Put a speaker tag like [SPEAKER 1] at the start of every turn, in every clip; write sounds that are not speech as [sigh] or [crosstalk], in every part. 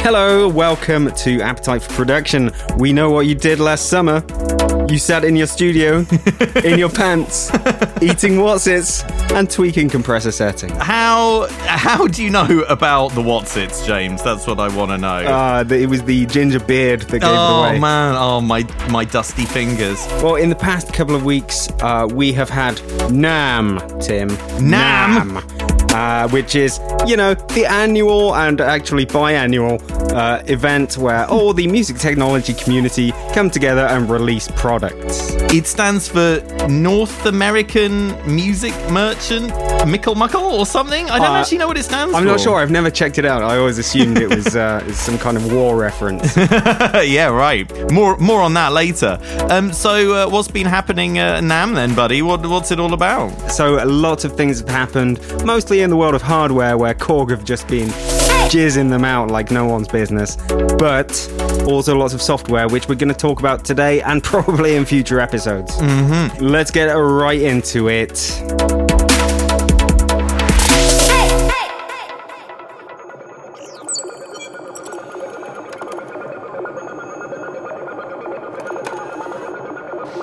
[SPEAKER 1] Hello, welcome to Appetite for Production. We know what you did last summer. You sat in your [laughs] studio, in your pants, eating whatsits, and tweaking compressor settings.
[SPEAKER 2] How how do you know about the what's its, James? That's what I want to know.
[SPEAKER 1] Ah, the it was the ginger beard that gave it
[SPEAKER 2] oh
[SPEAKER 1] away.
[SPEAKER 2] man, oh my my dusty fingers.
[SPEAKER 1] Well, in the past couple of weeks, uh, we have had NAM, Tim.
[SPEAKER 2] NAMM?
[SPEAKER 1] Uh, which is, you know, the annual and actually biannual uh, event where all the music technology community come together and release products.
[SPEAKER 2] It stands for North American Music Merchant Mickle Muckle or something. I don't
[SPEAKER 1] Uh,
[SPEAKER 2] actually know what it stands
[SPEAKER 1] I'm
[SPEAKER 2] for.
[SPEAKER 1] not sure. I've never checked it out. I always assumed it was uh, [laughs] it's some kind of war reference.
[SPEAKER 2] [laughs] yeah, right. More more on that later. Um, so uh, what's been happening uh, Nam then, buddy? What what's it all about?
[SPEAKER 1] so lots of things have happened, mostly in the world of hardware, where Korg have just been jizzing them out like no one's business. But also lots of software, which we're going to talk about today and [laughs] probably in future episodes. Mm-hmm. Let's get right into it.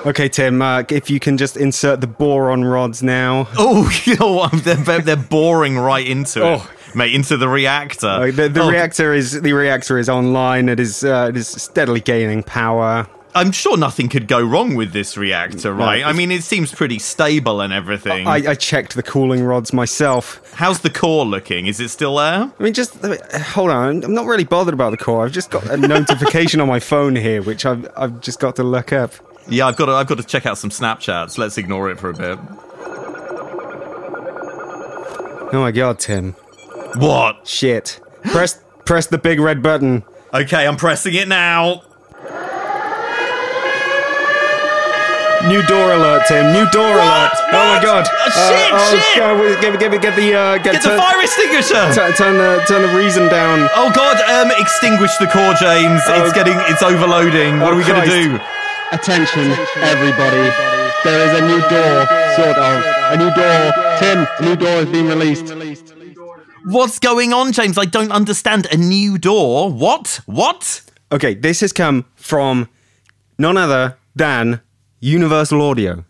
[SPEAKER 1] Okay, Tim, uh, if you can just insert the boron rods now.
[SPEAKER 2] Oh, [laughs] you know what? They're, they're they're boring right into it.
[SPEAKER 1] Oh.
[SPEAKER 2] Mate, into the reactor.
[SPEAKER 1] Like, the the
[SPEAKER 2] Oh,
[SPEAKER 1] reactor is the reactor is online. It is uh, it is steadily gaining power.
[SPEAKER 2] I'm sure nothing could go wrong with this reactor, right? I mean, it seems pretty stable and everything.
[SPEAKER 1] I, I checked the cooling rods myself.
[SPEAKER 2] How's the core looking? Is it still there?
[SPEAKER 1] I mean, just uh, hold on. I'm not really bothered about the core. I've just got a notification on my phone here, which I've I've just got to look up.
[SPEAKER 2] Yeah, I've got to, I've got to check out some Snapchats. Let's ignore it for a bit.
[SPEAKER 1] Oh my god, Tim!
[SPEAKER 2] What?
[SPEAKER 1] Shit! Press press the big red button.
[SPEAKER 2] Okay, I'm pressing it now.
[SPEAKER 1] New door alert, Tim. New door alert. Oh my
[SPEAKER 2] What?
[SPEAKER 1] god!
[SPEAKER 2] Oh, shit, shit.
[SPEAKER 1] Oh, God, get, get, get the uh, get,
[SPEAKER 2] It's a
[SPEAKER 1] turn,
[SPEAKER 2] fire extinguisher.
[SPEAKER 1] tu- turn the turn the reason down.
[SPEAKER 2] Oh god, um extinguish the core, James.
[SPEAKER 1] Oh.
[SPEAKER 2] It's getting it's overloading. What
[SPEAKER 1] Oh,
[SPEAKER 2] are we going to
[SPEAKER 1] Christ.
[SPEAKER 2] do?
[SPEAKER 3] Attention, everybody. There is a new door, sort of. A new door. Tim, a new door is being released.
[SPEAKER 2] What's going on, James? I don't understand a new door. What? What?
[SPEAKER 1] Okay, this has come from none other than Universal Audio.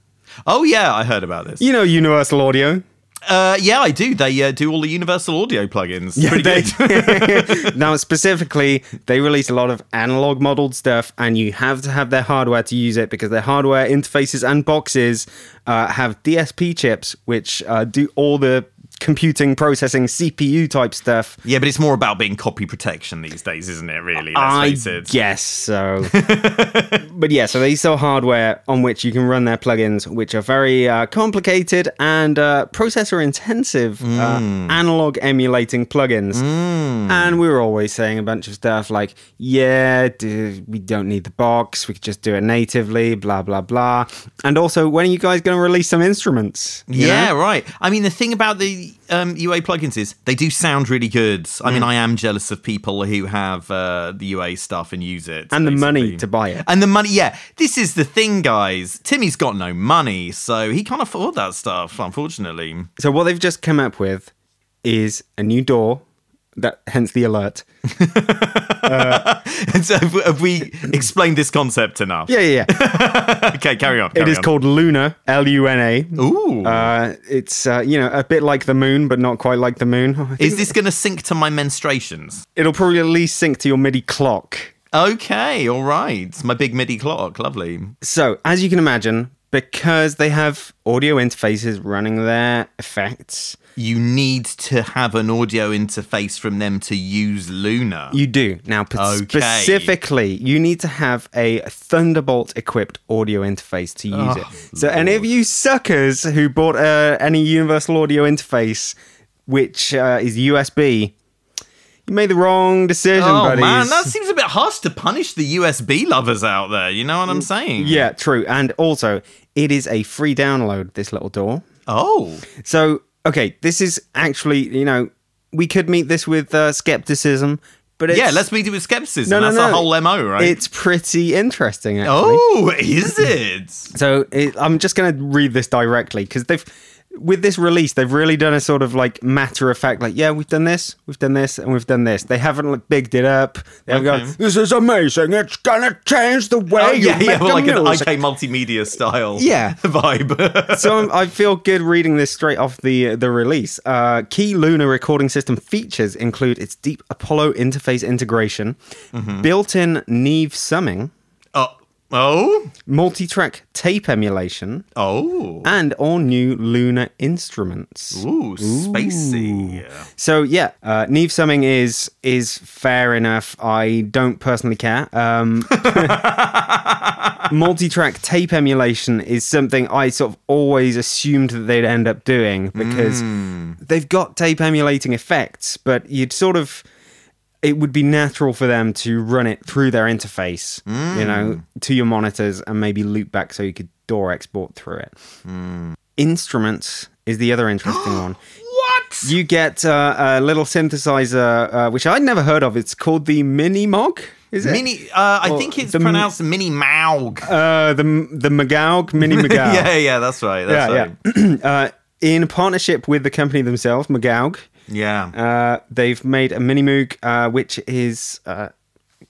[SPEAKER 2] Oh yeah, I heard about this.
[SPEAKER 1] You know Universal Audio.
[SPEAKER 2] Uh, yeah, I do. They uh, do all the Universal Audio plugins. Pretty [laughs] good.
[SPEAKER 1] they, [laughs] now, specifically, they release a lot of analog modeled stuff, and you have to have their hardware to use it because their hardware interfaces and boxes uh, have DSP chips, which uh, do all the computing, processing, CPU type stuff.
[SPEAKER 2] Yeah, but it's more about being copy protection these days, isn't it? Really, let's
[SPEAKER 1] I
[SPEAKER 2] face it.
[SPEAKER 1] guess
[SPEAKER 2] [laughs]
[SPEAKER 1] so. but yeah, so they sell hardware on which you can run their plugins, which are very uh, complicated and uh, processor intensive
[SPEAKER 2] Hmm.
[SPEAKER 1] uh, analog emulating plugins. And we were always saying a bunch of stuff like, yeah, d- we don't need the box, we could just do it natively, blah, blah, blah. And also, when are you guys going to release some instruments? You know?
[SPEAKER 2] Yeah, right. I mean, the thing about the um, UA plugins is they do sound really good. I
[SPEAKER 1] Mm.
[SPEAKER 2] mean, I am jealous of people who have uh, the UA stuff and use it,
[SPEAKER 1] And the money
[SPEAKER 2] basically.
[SPEAKER 1] to buy it.
[SPEAKER 2] And the money, yeah. This is the thing, guys. Timmy's got no money, so he can't afford that stuff, unfortunately. [laughs]
[SPEAKER 1] So what they've just come up with is a new door. That hence the alert.
[SPEAKER 2] And so have we- have we explained this concept enough?
[SPEAKER 1] Yeah, yeah, yeah.
[SPEAKER 2] Okay, carry on.
[SPEAKER 1] It
[SPEAKER 2] carry
[SPEAKER 1] is
[SPEAKER 2] on.
[SPEAKER 1] called Luna, L U N A.
[SPEAKER 2] Ooh.
[SPEAKER 1] Uh, it's uh, you know a bit like the moon, but not quite like the moon. I think
[SPEAKER 2] is this going to sync to my menstruations?
[SPEAKER 1] It'll probably at least sync to your MIDI clock.
[SPEAKER 2] Okay, all right. My big MIDI clock, lovely.
[SPEAKER 1] So as you can imagine, because they have audio interfaces running their effects,
[SPEAKER 2] You need to have an audio interface from them to use Luna.
[SPEAKER 1] you do now p-
[SPEAKER 2] Okay.
[SPEAKER 1] specifically. You need to have a Thunderbolt equipped audio interface to use
[SPEAKER 2] Oh,
[SPEAKER 1] it. So any of you suckers who bought uh, any Universal Audio interface, which uh, is USB. You made the wrong decision,
[SPEAKER 2] oh
[SPEAKER 1] buddies.
[SPEAKER 2] man, that seems a bit harsh to punish the USB lovers out there. You know what I'm saying?
[SPEAKER 1] Mm, Yeah, true. And also, it is a free download, this little door.
[SPEAKER 2] Oh,
[SPEAKER 1] So, okay, this is actually, you know, we could meet this with uh, skepticism, but it's.
[SPEAKER 2] yeah. Let's meet it with skepticism.
[SPEAKER 1] No, no,
[SPEAKER 2] That's
[SPEAKER 1] no.
[SPEAKER 2] our whole mo, right?
[SPEAKER 1] It's pretty interesting, [laughs] actually.
[SPEAKER 2] oh, is it?
[SPEAKER 1] So it, I'm just going to read this directly because they've. with this release, they've really done a sort of like matter of fact, like, yeah, we've done this, we've done this, and we've done this. They haven't like bigged it up. They haven't
[SPEAKER 2] Okay.
[SPEAKER 1] gone, this is amazing. It's gonna change the way
[SPEAKER 2] Oh,
[SPEAKER 1] you
[SPEAKER 2] yeah,
[SPEAKER 1] make
[SPEAKER 2] yeah, well,
[SPEAKER 1] the
[SPEAKER 2] like an
[SPEAKER 1] music."
[SPEAKER 2] IK multimedia style
[SPEAKER 1] Yeah.
[SPEAKER 2] vibe. [laughs]
[SPEAKER 1] so I'm, I feel good reading this straight off the the release. Uh, key Lunar recording system features include its deep Apollo interface integration, built-in Neve summing,
[SPEAKER 2] oh, oh,
[SPEAKER 1] multi-track tape emulation,
[SPEAKER 2] oh,
[SPEAKER 1] and all new Lunar instruments.
[SPEAKER 2] ooh, spacey.
[SPEAKER 1] So yeah, uh, Neve summing is is fair enough. I don't personally care. Um, [laughs] multi-track tape emulation is something I sort of always assumed that they'd end up doing because they've got tape emulating effects, but you'd sort of it would be natural for them to run it through their interface, you know, to your monitors and maybe loop back so you could door export through it. Instruments is the other interesting one.
[SPEAKER 2] What?
[SPEAKER 1] You get uh, a little synthesizer, uh, which I'd never heard of. It's called the Mini Mog. Is it
[SPEAKER 2] Mini, uh, I
[SPEAKER 1] Well,
[SPEAKER 2] think it's
[SPEAKER 1] the m-
[SPEAKER 2] pronounced Mini Maug.
[SPEAKER 1] Uh, the the Magaug
[SPEAKER 2] [laughs]
[SPEAKER 1] Mini Magaug.
[SPEAKER 2] yeah, yeah, that's right. That's
[SPEAKER 1] yeah,
[SPEAKER 2] right.
[SPEAKER 1] yeah. [clears throat] uh, in partnership with the company themselves, Magaug,
[SPEAKER 2] Yeah.
[SPEAKER 1] uh, they've made a Mini Moog, uh, which is uh,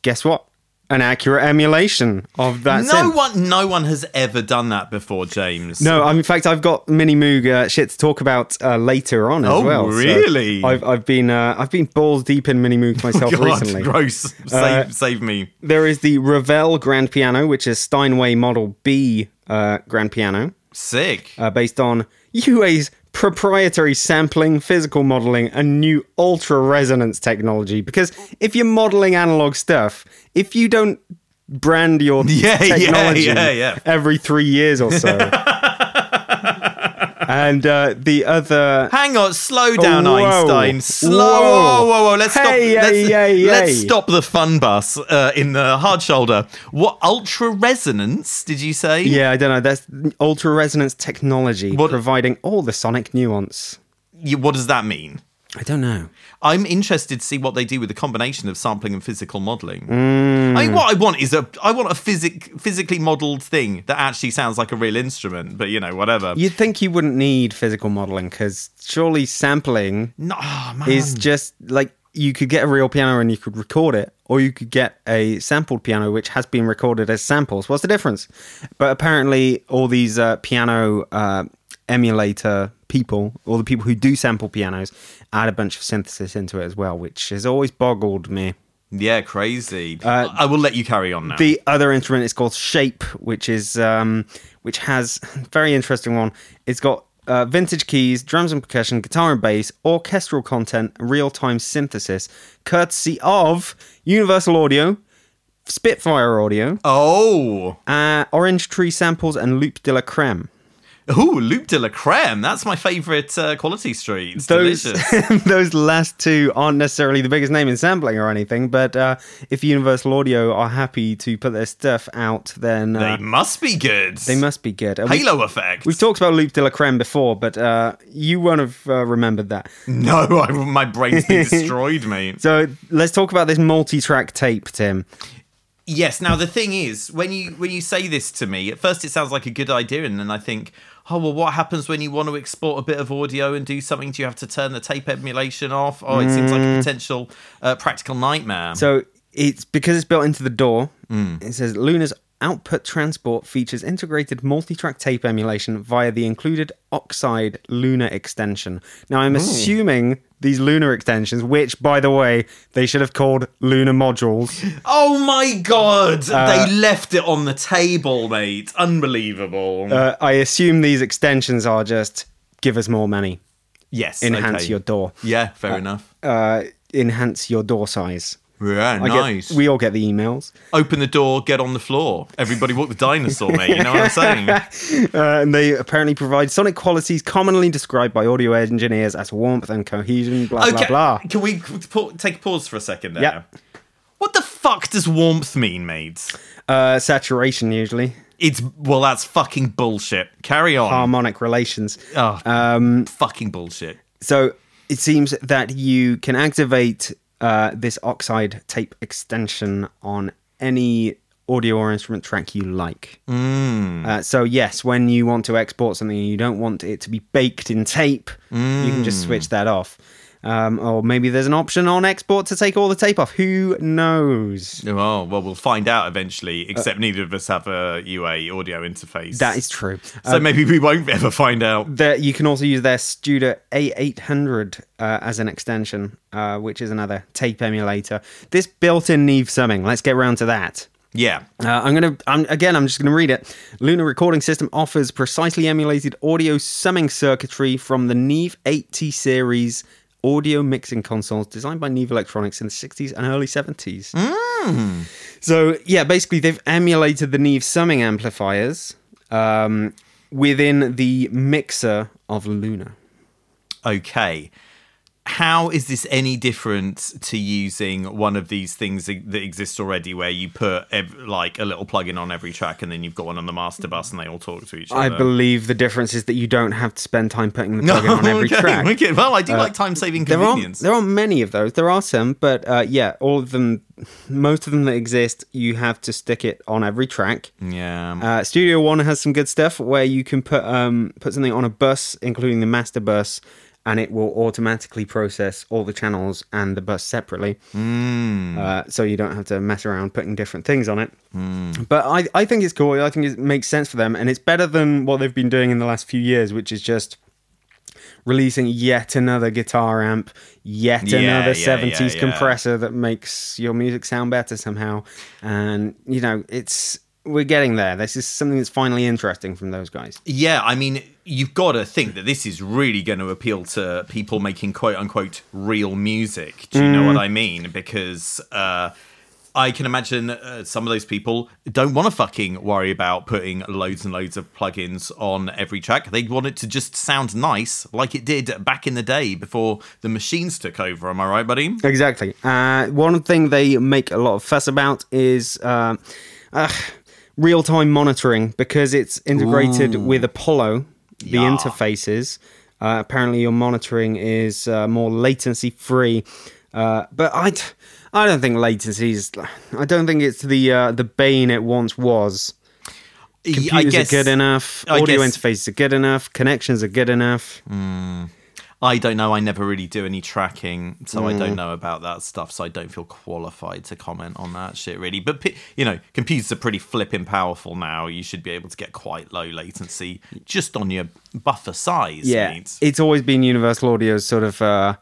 [SPEAKER 1] guess what? An accurate emulation of that.
[SPEAKER 2] no
[SPEAKER 1] synth.
[SPEAKER 2] one, no one has ever done that before, James.
[SPEAKER 1] No, I'm, in fact, I've got Mini Moog uh, shit to talk about uh, later on as
[SPEAKER 2] Oh,
[SPEAKER 1] well. so
[SPEAKER 2] really? Oh,
[SPEAKER 1] I've, I've been uh, I've been balls deep in Mini Moog
[SPEAKER 2] [laughs]
[SPEAKER 1] myself
[SPEAKER 2] God,
[SPEAKER 1] recently.
[SPEAKER 2] gross. Save,
[SPEAKER 1] Uh,
[SPEAKER 2] save me.
[SPEAKER 1] There is the Ravel Grand Piano, which is Steinway Model B uh, Grand Piano,
[SPEAKER 2] Sick.
[SPEAKER 1] uh, based on UA's proprietary sampling, physical modeling, and new ultra resonance technology. Because if you're modeling analog stuff, if you don't brand your
[SPEAKER 2] [laughs] Yeah, yeah,
[SPEAKER 1] technology
[SPEAKER 2] yeah, yeah.
[SPEAKER 1] every three years or
[SPEAKER 2] [laughs]
[SPEAKER 1] so. and uh, the other.
[SPEAKER 2] Hang on, slow down,
[SPEAKER 1] Whoa.
[SPEAKER 2] Einstein. Slow.
[SPEAKER 1] Whoa.
[SPEAKER 2] Whoa, whoa, whoa. Let's stop.
[SPEAKER 1] Hey,
[SPEAKER 2] let's,
[SPEAKER 1] hey, hey,
[SPEAKER 2] let's
[SPEAKER 1] hey.
[SPEAKER 2] stop the fun bus uh, in the hard shoulder. What ultra resonance did you say?
[SPEAKER 1] Yeah, I don't know. That's ultra resonance technology
[SPEAKER 2] What-
[SPEAKER 1] providing all the sonic nuance.
[SPEAKER 2] You- what does that mean?
[SPEAKER 1] I don't know.
[SPEAKER 2] I'm interested to see what they do with the combination of sampling and physical modeling. I
[SPEAKER 1] Mm.
[SPEAKER 2] mean, what I want is a I want a physic physically modeled thing that actually sounds like a real instrument. But you know, whatever.
[SPEAKER 1] You'd think you wouldn't need physical modeling because surely sampling
[SPEAKER 2] No, oh, man.
[SPEAKER 1] is just like you could get a real piano and you could record it, or you could get a sampled piano which has been recorded as samples. What's the difference? But apparently, all these uh, piano uh, emulator people, all the people who do sample pianos, add a bunch of synthesis into it as well, which has always boggled me.
[SPEAKER 2] yeah, crazy. I I will let you carry on now.
[SPEAKER 1] Uh, The other instrument is called shape, which is um, which has [laughs] very interesting one. It's got uh, vintage keys, drums and percussion, guitar and bass, orchestral content, real time synthesis, courtesy of Universal Audio, Spitfire Audio,
[SPEAKER 2] oh,
[SPEAKER 1] uh, Orange Tree Samples, and Loop de la Creme.
[SPEAKER 2] Ooh, Loup de la Creme. That's my favourite uh, quality street. It's
[SPEAKER 1] Those [laughs]
[SPEAKER 2] delicious.
[SPEAKER 1] those last two aren't necessarily the biggest name in sampling or anything, but uh, if Universal Audio are happy to put their stuff out, then
[SPEAKER 2] they
[SPEAKER 1] uh,
[SPEAKER 2] must be good.
[SPEAKER 1] they must be good. And we-
[SPEAKER 2] Halo effect.
[SPEAKER 1] We've talked about Loop de la Creme before, but uh, you won't have uh, remembered that.
[SPEAKER 2] no, I, my brain's been
[SPEAKER 1] [laughs]
[SPEAKER 2] destroyed, mate.
[SPEAKER 1] So let's talk about this multi-track tape, Tim.
[SPEAKER 2] Yes. Now the thing is, when you when you say this to me, at first it sounds like a good idea, and then I think, oh well, what happens when you want to export a bit of audio and do something? Do you have to turn the tape emulation off? Oh, it seems like a potential uh, practical nightmare.
[SPEAKER 1] Mm. So it's because it's built into the door. It says Luna's output transport features integrated multi-track tape emulation via the included Oxide Luna extension. Now I'm assuming these Luna extensions, which by the way they should have called Luna modules.
[SPEAKER 2] oh my god,
[SPEAKER 1] Uh,
[SPEAKER 2] they left it on the table, mate. Unbelievable.
[SPEAKER 1] uh, I assume these extensions are just give us more money,
[SPEAKER 2] yes.
[SPEAKER 1] enhance
[SPEAKER 2] okay.
[SPEAKER 1] your door,
[SPEAKER 2] Yeah, fair enough.
[SPEAKER 1] uh, enhance your door size.
[SPEAKER 2] Yeah,
[SPEAKER 1] I get-
[SPEAKER 2] nice.
[SPEAKER 1] we all get the emails, [laughs]
[SPEAKER 2] Open the door, get on the floor. Everybody walk the dinosaur, mate. You know what I'm
[SPEAKER 1] [laughs]
[SPEAKER 2] saying?
[SPEAKER 1] uh, and they apparently provide sonic qualities commonly described by audio engineers as warmth and cohesion. Blah
[SPEAKER 2] okay,
[SPEAKER 1] blah blah.
[SPEAKER 2] can we pa- take a pause for a second there?
[SPEAKER 1] Yeah.
[SPEAKER 2] What the fuck does warmth mean, maids?
[SPEAKER 1] Uh, saturation usually
[SPEAKER 2] It's well, that's fucking bullshit. Carry on.
[SPEAKER 1] harmonic relations.
[SPEAKER 2] um, fucking bullshit.
[SPEAKER 1] So it seems that you can activate uh, this oxide tape extension on any audio or instrument track you like. Uh, so, yes, when you want to export something and you don't want it to be baked in tape, you can just switch that off. Um, or maybe there's an option on export to take all the tape off. Who knows?
[SPEAKER 2] Oh, well, we'll find out eventually, except neither of us have a UA audio interface.
[SPEAKER 1] Uh, That is um, true.
[SPEAKER 2] So maybe we won't ever find out.
[SPEAKER 1] that you can also use their Studer A800 uh, as an extension, uh, which is another tape emulator. This built-in Neve summing. Let's get round to that.
[SPEAKER 2] Yeah.
[SPEAKER 1] Uh, I'm gonna. I'm, again, I'm just gonna read it. Luna Recording System offers precisely emulated audio summing circuitry from the Neve 80 series audio mixing consoles designed by Neve Electronics in the 60s and early 70s.
[SPEAKER 2] Hmm.
[SPEAKER 1] So yeah, basically they've emulated the Neve summing amplifiers um, within the mixer of Luna.
[SPEAKER 2] Okay. How is this any different to using one of these things e, that exists already, where you put ev- like a little plugin on every track, and then you've got one on the master bus, and they all talk to each other?
[SPEAKER 1] I
[SPEAKER 2] [laughs]
[SPEAKER 1] believe the difference is that you don't have to spend time putting the plugin on every
[SPEAKER 2] okay,
[SPEAKER 1] track. Uh,
[SPEAKER 2] wicked. Well, I do like time-saving
[SPEAKER 1] There aren't,
[SPEAKER 2] convenience.
[SPEAKER 1] there aren't many of those. There are some, but uh, yeah, all of them, most of them that exist, you have to stick it on every track.
[SPEAKER 2] yeah.
[SPEAKER 1] Uh, Studio One has some good stuff where you can put um, put something on a bus, including the master bus, and it will automatically process all the channels and the bus separately.
[SPEAKER 2] Mm.
[SPEAKER 1] Uh, so you don't have to mess around putting different things on it.
[SPEAKER 2] Mm.
[SPEAKER 1] But I, I think it's cool. I think it makes sense for them, and it's better than what they've been doing in the last few years, which is just releasing yet another guitar amp, yet
[SPEAKER 2] Yeah,
[SPEAKER 1] another
[SPEAKER 2] yeah,
[SPEAKER 1] 70s
[SPEAKER 2] yeah, yeah.
[SPEAKER 1] compressor that makes your music sound better somehow. And, you know, it's we're getting there. This is something that's finally interesting from those guys.
[SPEAKER 2] Yeah, I mean, you've got to think that this is really going to appeal to people making quote unquote real music. Do you know
[SPEAKER 1] Mm.
[SPEAKER 2] what I mean? Because uh, I can imagine uh, some of those people don't want to fucking worry about putting loads and loads of plugins on every track. They want it to just sound nice, like it did back in the day before the machines took over. Am I right, buddy?
[SPEAKER 1] Exactly. Uh, one thing they make a lot of fuss about is uh, uh, real time monitoring because it's integrated with Apollo, the
[SPEAKER 2] Yeah.
[SPEAKER 1] interfaces. Uh, apparently, your monitoring is uh, more latency free. Uh, but I, d- I don't think latency is. I don't think it's the uh, the bane it once was.
[SPEAKER 2] Yeah,
[SPEAKER 1] Computers are good enough.
[SPEAKER 2] I
[SPEAKER 1] audio
[SPEAKER 2] guess-
[SPEAKER 1] interfaces are good enough. Connections are good enough.
[SPEAKER 2] I don't know. I never really do any tracking, so I
[SPEAKER 1] Mm.
[SPEAKER 2] don't know about that stuff. So I don't feel qualified to comment on that shit, really. But pe- you know, computers are pretty flipping powerful now. You should be able to get quite low latency just on your buffer size.
[SPEAKER 1] yeah,
[SPEAKER 2] mate.
[SPEAKER 1] it's always been Universal Audio's sort of uh,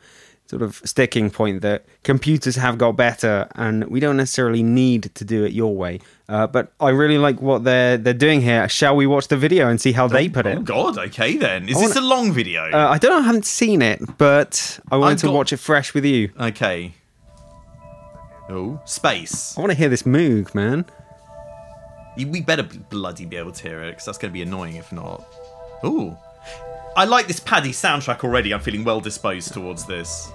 [SPEAKER 1] sort of sticking point that computers have got better, and we don't necessarily need to do it your way. Uh, but I really like what they're they're doing here. Shall we watch the video and see how they put it?
[SPEAKER 2] Oh God. Okay, then is this a
[SPEAKER 1] wanna-
[SPEAKER 2] long video?
[SPEAKER 1] Uh, I don't know. I haven't seen it, but I wanted
[SPEAKER 2] I've
[SPEAKER 1] to
[SPEAKER 2] got-
[SPEAKER 1] watch it fresh with you.
[SPEAKER 2] okay. Oh, space.
[SPEAKER 1] I want to hear this moog, man.
[SPEAKER 2] You- We better b- bloody be able to hear it because that's going to be annoying if not. Ooh. I like this Paddy soundtrack already. I'm feeling well disposed towards this.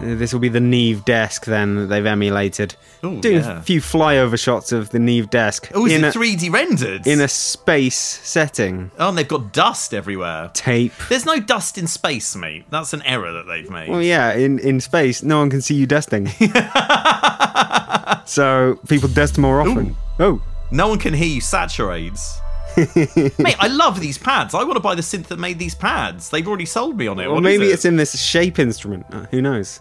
[SPEAKER 1] Uh, This will be the Neve desk then that they've emulated.
[SPEAKER 2] Ooh,
[SPEAKER 1] Doing
[SPEAKER 2] yeah.
[SPEAKER 1] a few flyover shots of the Neve desk
[SPEAKER 2] Oh, is
[SPEAKER 1] in
[SPEAKER 2] it
[SPEAKER 1] a,
[SPEAKER 2] 3D rendered?
[SPEAKER 1] in a space setting.
[SPEAKER 2] Oh, and they've got dust everywhere.
[SPEAKER 1] Tape.
[SPEAKER 2] There's no dust in space, mate. That's an error that they've made.
[SPEAKER 1] Well, yeah, in, in space, no one can see you
[SPEAKER 2] [laughs]
[SPEAKER 1] dusting. so people dust more often. Oh,
[SPEAKER 2] No one can hear
[SPEAKER 1] [laughs]
[SPEAKER 2] you saturates. mate, I love these pads. I want to buy the synth that made these pads. They've already sold me on it.
[SPEAKER 1] or
[SPEAKER 2] What is
[SPEAKER 1] maybe
[SPEAKER 2] it?
[SPEAKER 1] it's in this shape instrument. Uh, who knows?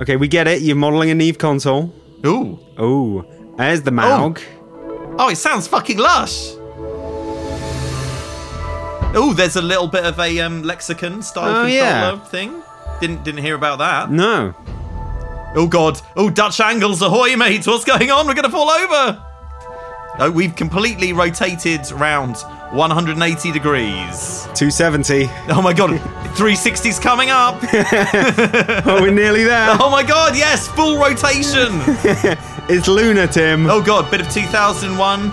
[SPEAKER 1] Okay, we get it. You're modeling a Neve console.
[SPEAKER 2] Ooh.
[SPEAKER 1] Oh, there's the Maug.
[SPEAKER 2] Oh, it sounds fucking lush. Oh, there's a little bit of a um, lexicon style
[SPEAKER 1] Oh,
[SPEAKER 2] controller
[SPEAKER 1] yeah.
[SPEAKER 2] thing. Didn't didn't hear about that.
[SPEAKER 1] No.
[SPEAKER 2] Oh god. Oh Dutch angles, ahoy mates, what's going on? We're gonna fall over. Oh, we've completely rotated round 180 degrees.
[SPEAKER 1] 270.
[SPEAKER 2] Oh my god, 360's coming up.
[SPEAKER 1] [laughs] Oh, we're nearly
[SPEAKER 2] [laughs]
[SPEAKER 1] there.
[SPEAKER 2] Oh my god, yes, full rotation.
[SPEAKER 1] It's Luna, Tim.
[SPEAKER 2] Oh god, bit of 2001.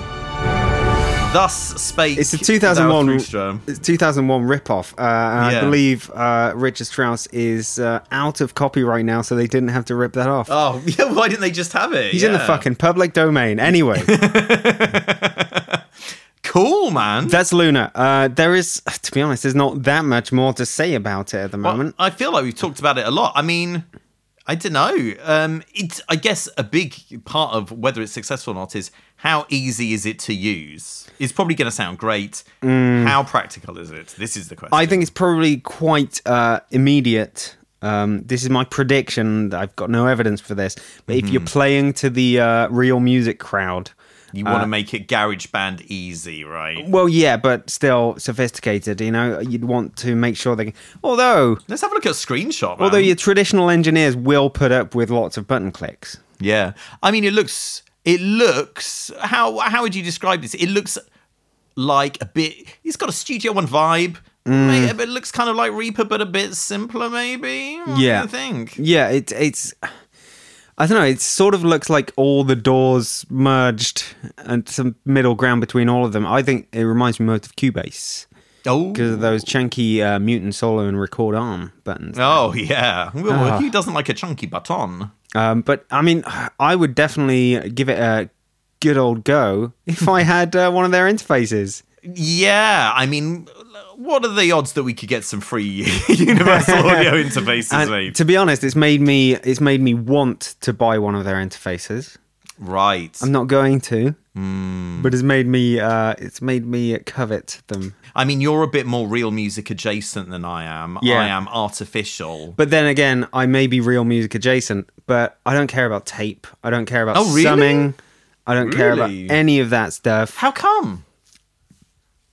[SPEAKER 2] Thus spake.
[SPEAKER 1] It's the 2001.
[SPEAKER 2] Zarathustra.
[SPEAKER 1] It's 2001 ripoff. Uh, and
[SPEAKER 2] Yeah.
[SPEAKER 1] I believe uh, Richard Strauss is uh, out of copyright now, so they didn't have to rip that off.
[SPEAKER 2] Oh, [laughs] yeah, why didn't they just have it?
[SPEAKER 1] He's in the
[SPEAKER 2] Yeah.
[SPEAKER 1] fucking public domain. Anyway.
[SPEAKER 2] Cool, man.
[SPEAKER 1] That's Luna. Uh, there is, [sighs] to be honest, there's not that much more to say about it at the
[SPEAKER 2] Well,
[SPEAKER 1] moment.
[SPEAKER 2] I feel like we've talked about it a lot. I mean, I don't know. Um, it's I guess a big part of whether it's successful or not is how easy is it to use. It's probably going to sound great. How practical is it? This is the question.
[SPEAKER 1] Mm. I think it's probably quite uh, immediate. Um, this is my prediction. I've got no evidence for this, but if you're playing to the uh, real music crowd,
[SPEAKER 2] you
[SPEAKER 1] uh,
[SPEAKER 2] want to make it garage band easy, right?
[SPEAKER 1] well, yeah, but still sophisticated. You know, you'd want to make sure they. Can... Although,
[SPEAKER 2] Let's have a look at a screenshot. Man.
[SPEAKER 1] although your traditional engineers will put up with lots of button clicks.
[SPEAKER 2] yeah, I mean, it looks. It looks. How how would you describe this? It looks like a bit. It's got a Studio One vibe.
[SPEAKER 1] Mm.
[SPEAKER 2] May- but it looks kind of like Reaper, but a bit simpler, maybe. What do
[SPEAKER 1] Yeah.
[SPEAKER 2] you think.
[SPEAKER 1] Yeah, it, it's. I don't know. It sort of looks like all the doors merged and some middle ground between all of them. I think it reminds me most of Cubase
[SPEAKER 2] Oh,
[SPEAKER 1] because of those chunky uh, mutant solo and record arm buttons.
[SPEAKER 2] Oh
[SPEAKER 1] Ah.
[SPEAKER 2] yeah. Well, Who doesn't like a chunky baton?
[SPEAKER 1] Um, but I mean, I would definitely give it a good old go [laughs] if I had uh, one of their interfaces.
[SPEAKER 2] Yeah, I mean, what are the odds that we could get some free [laughs] universal
[SPEAKER 1] [laughs]
[SPEAKER 2] audio interfaces,
[SPEAKER 1] And
[SPEAKER 2] mate?
[SPEAKER 1] to be honest, it's made me it's made me want to buy one of their interfaces.
[SPEAKER 2] right.
[SPEAKER 1] I'm not going to, but it's made me uh, it's made me covet them.
[SPEAKER 2] I mean, you're a bit more real music adjacent than I am.
[SPEAKER 1] Yeah.
[SPEAKER 2] I am artificial.
[SPEAKER 1] But then again, I may be real music adjacent, but I don't care about tape. I don't care about
[SPEAKER 2] Oh, really?
[SPEAKER 1] summing. I don't care about
[SPEAKER 2] Really?
[SPEAKER 1] any of that stuff
[SPEAKER 2] How come?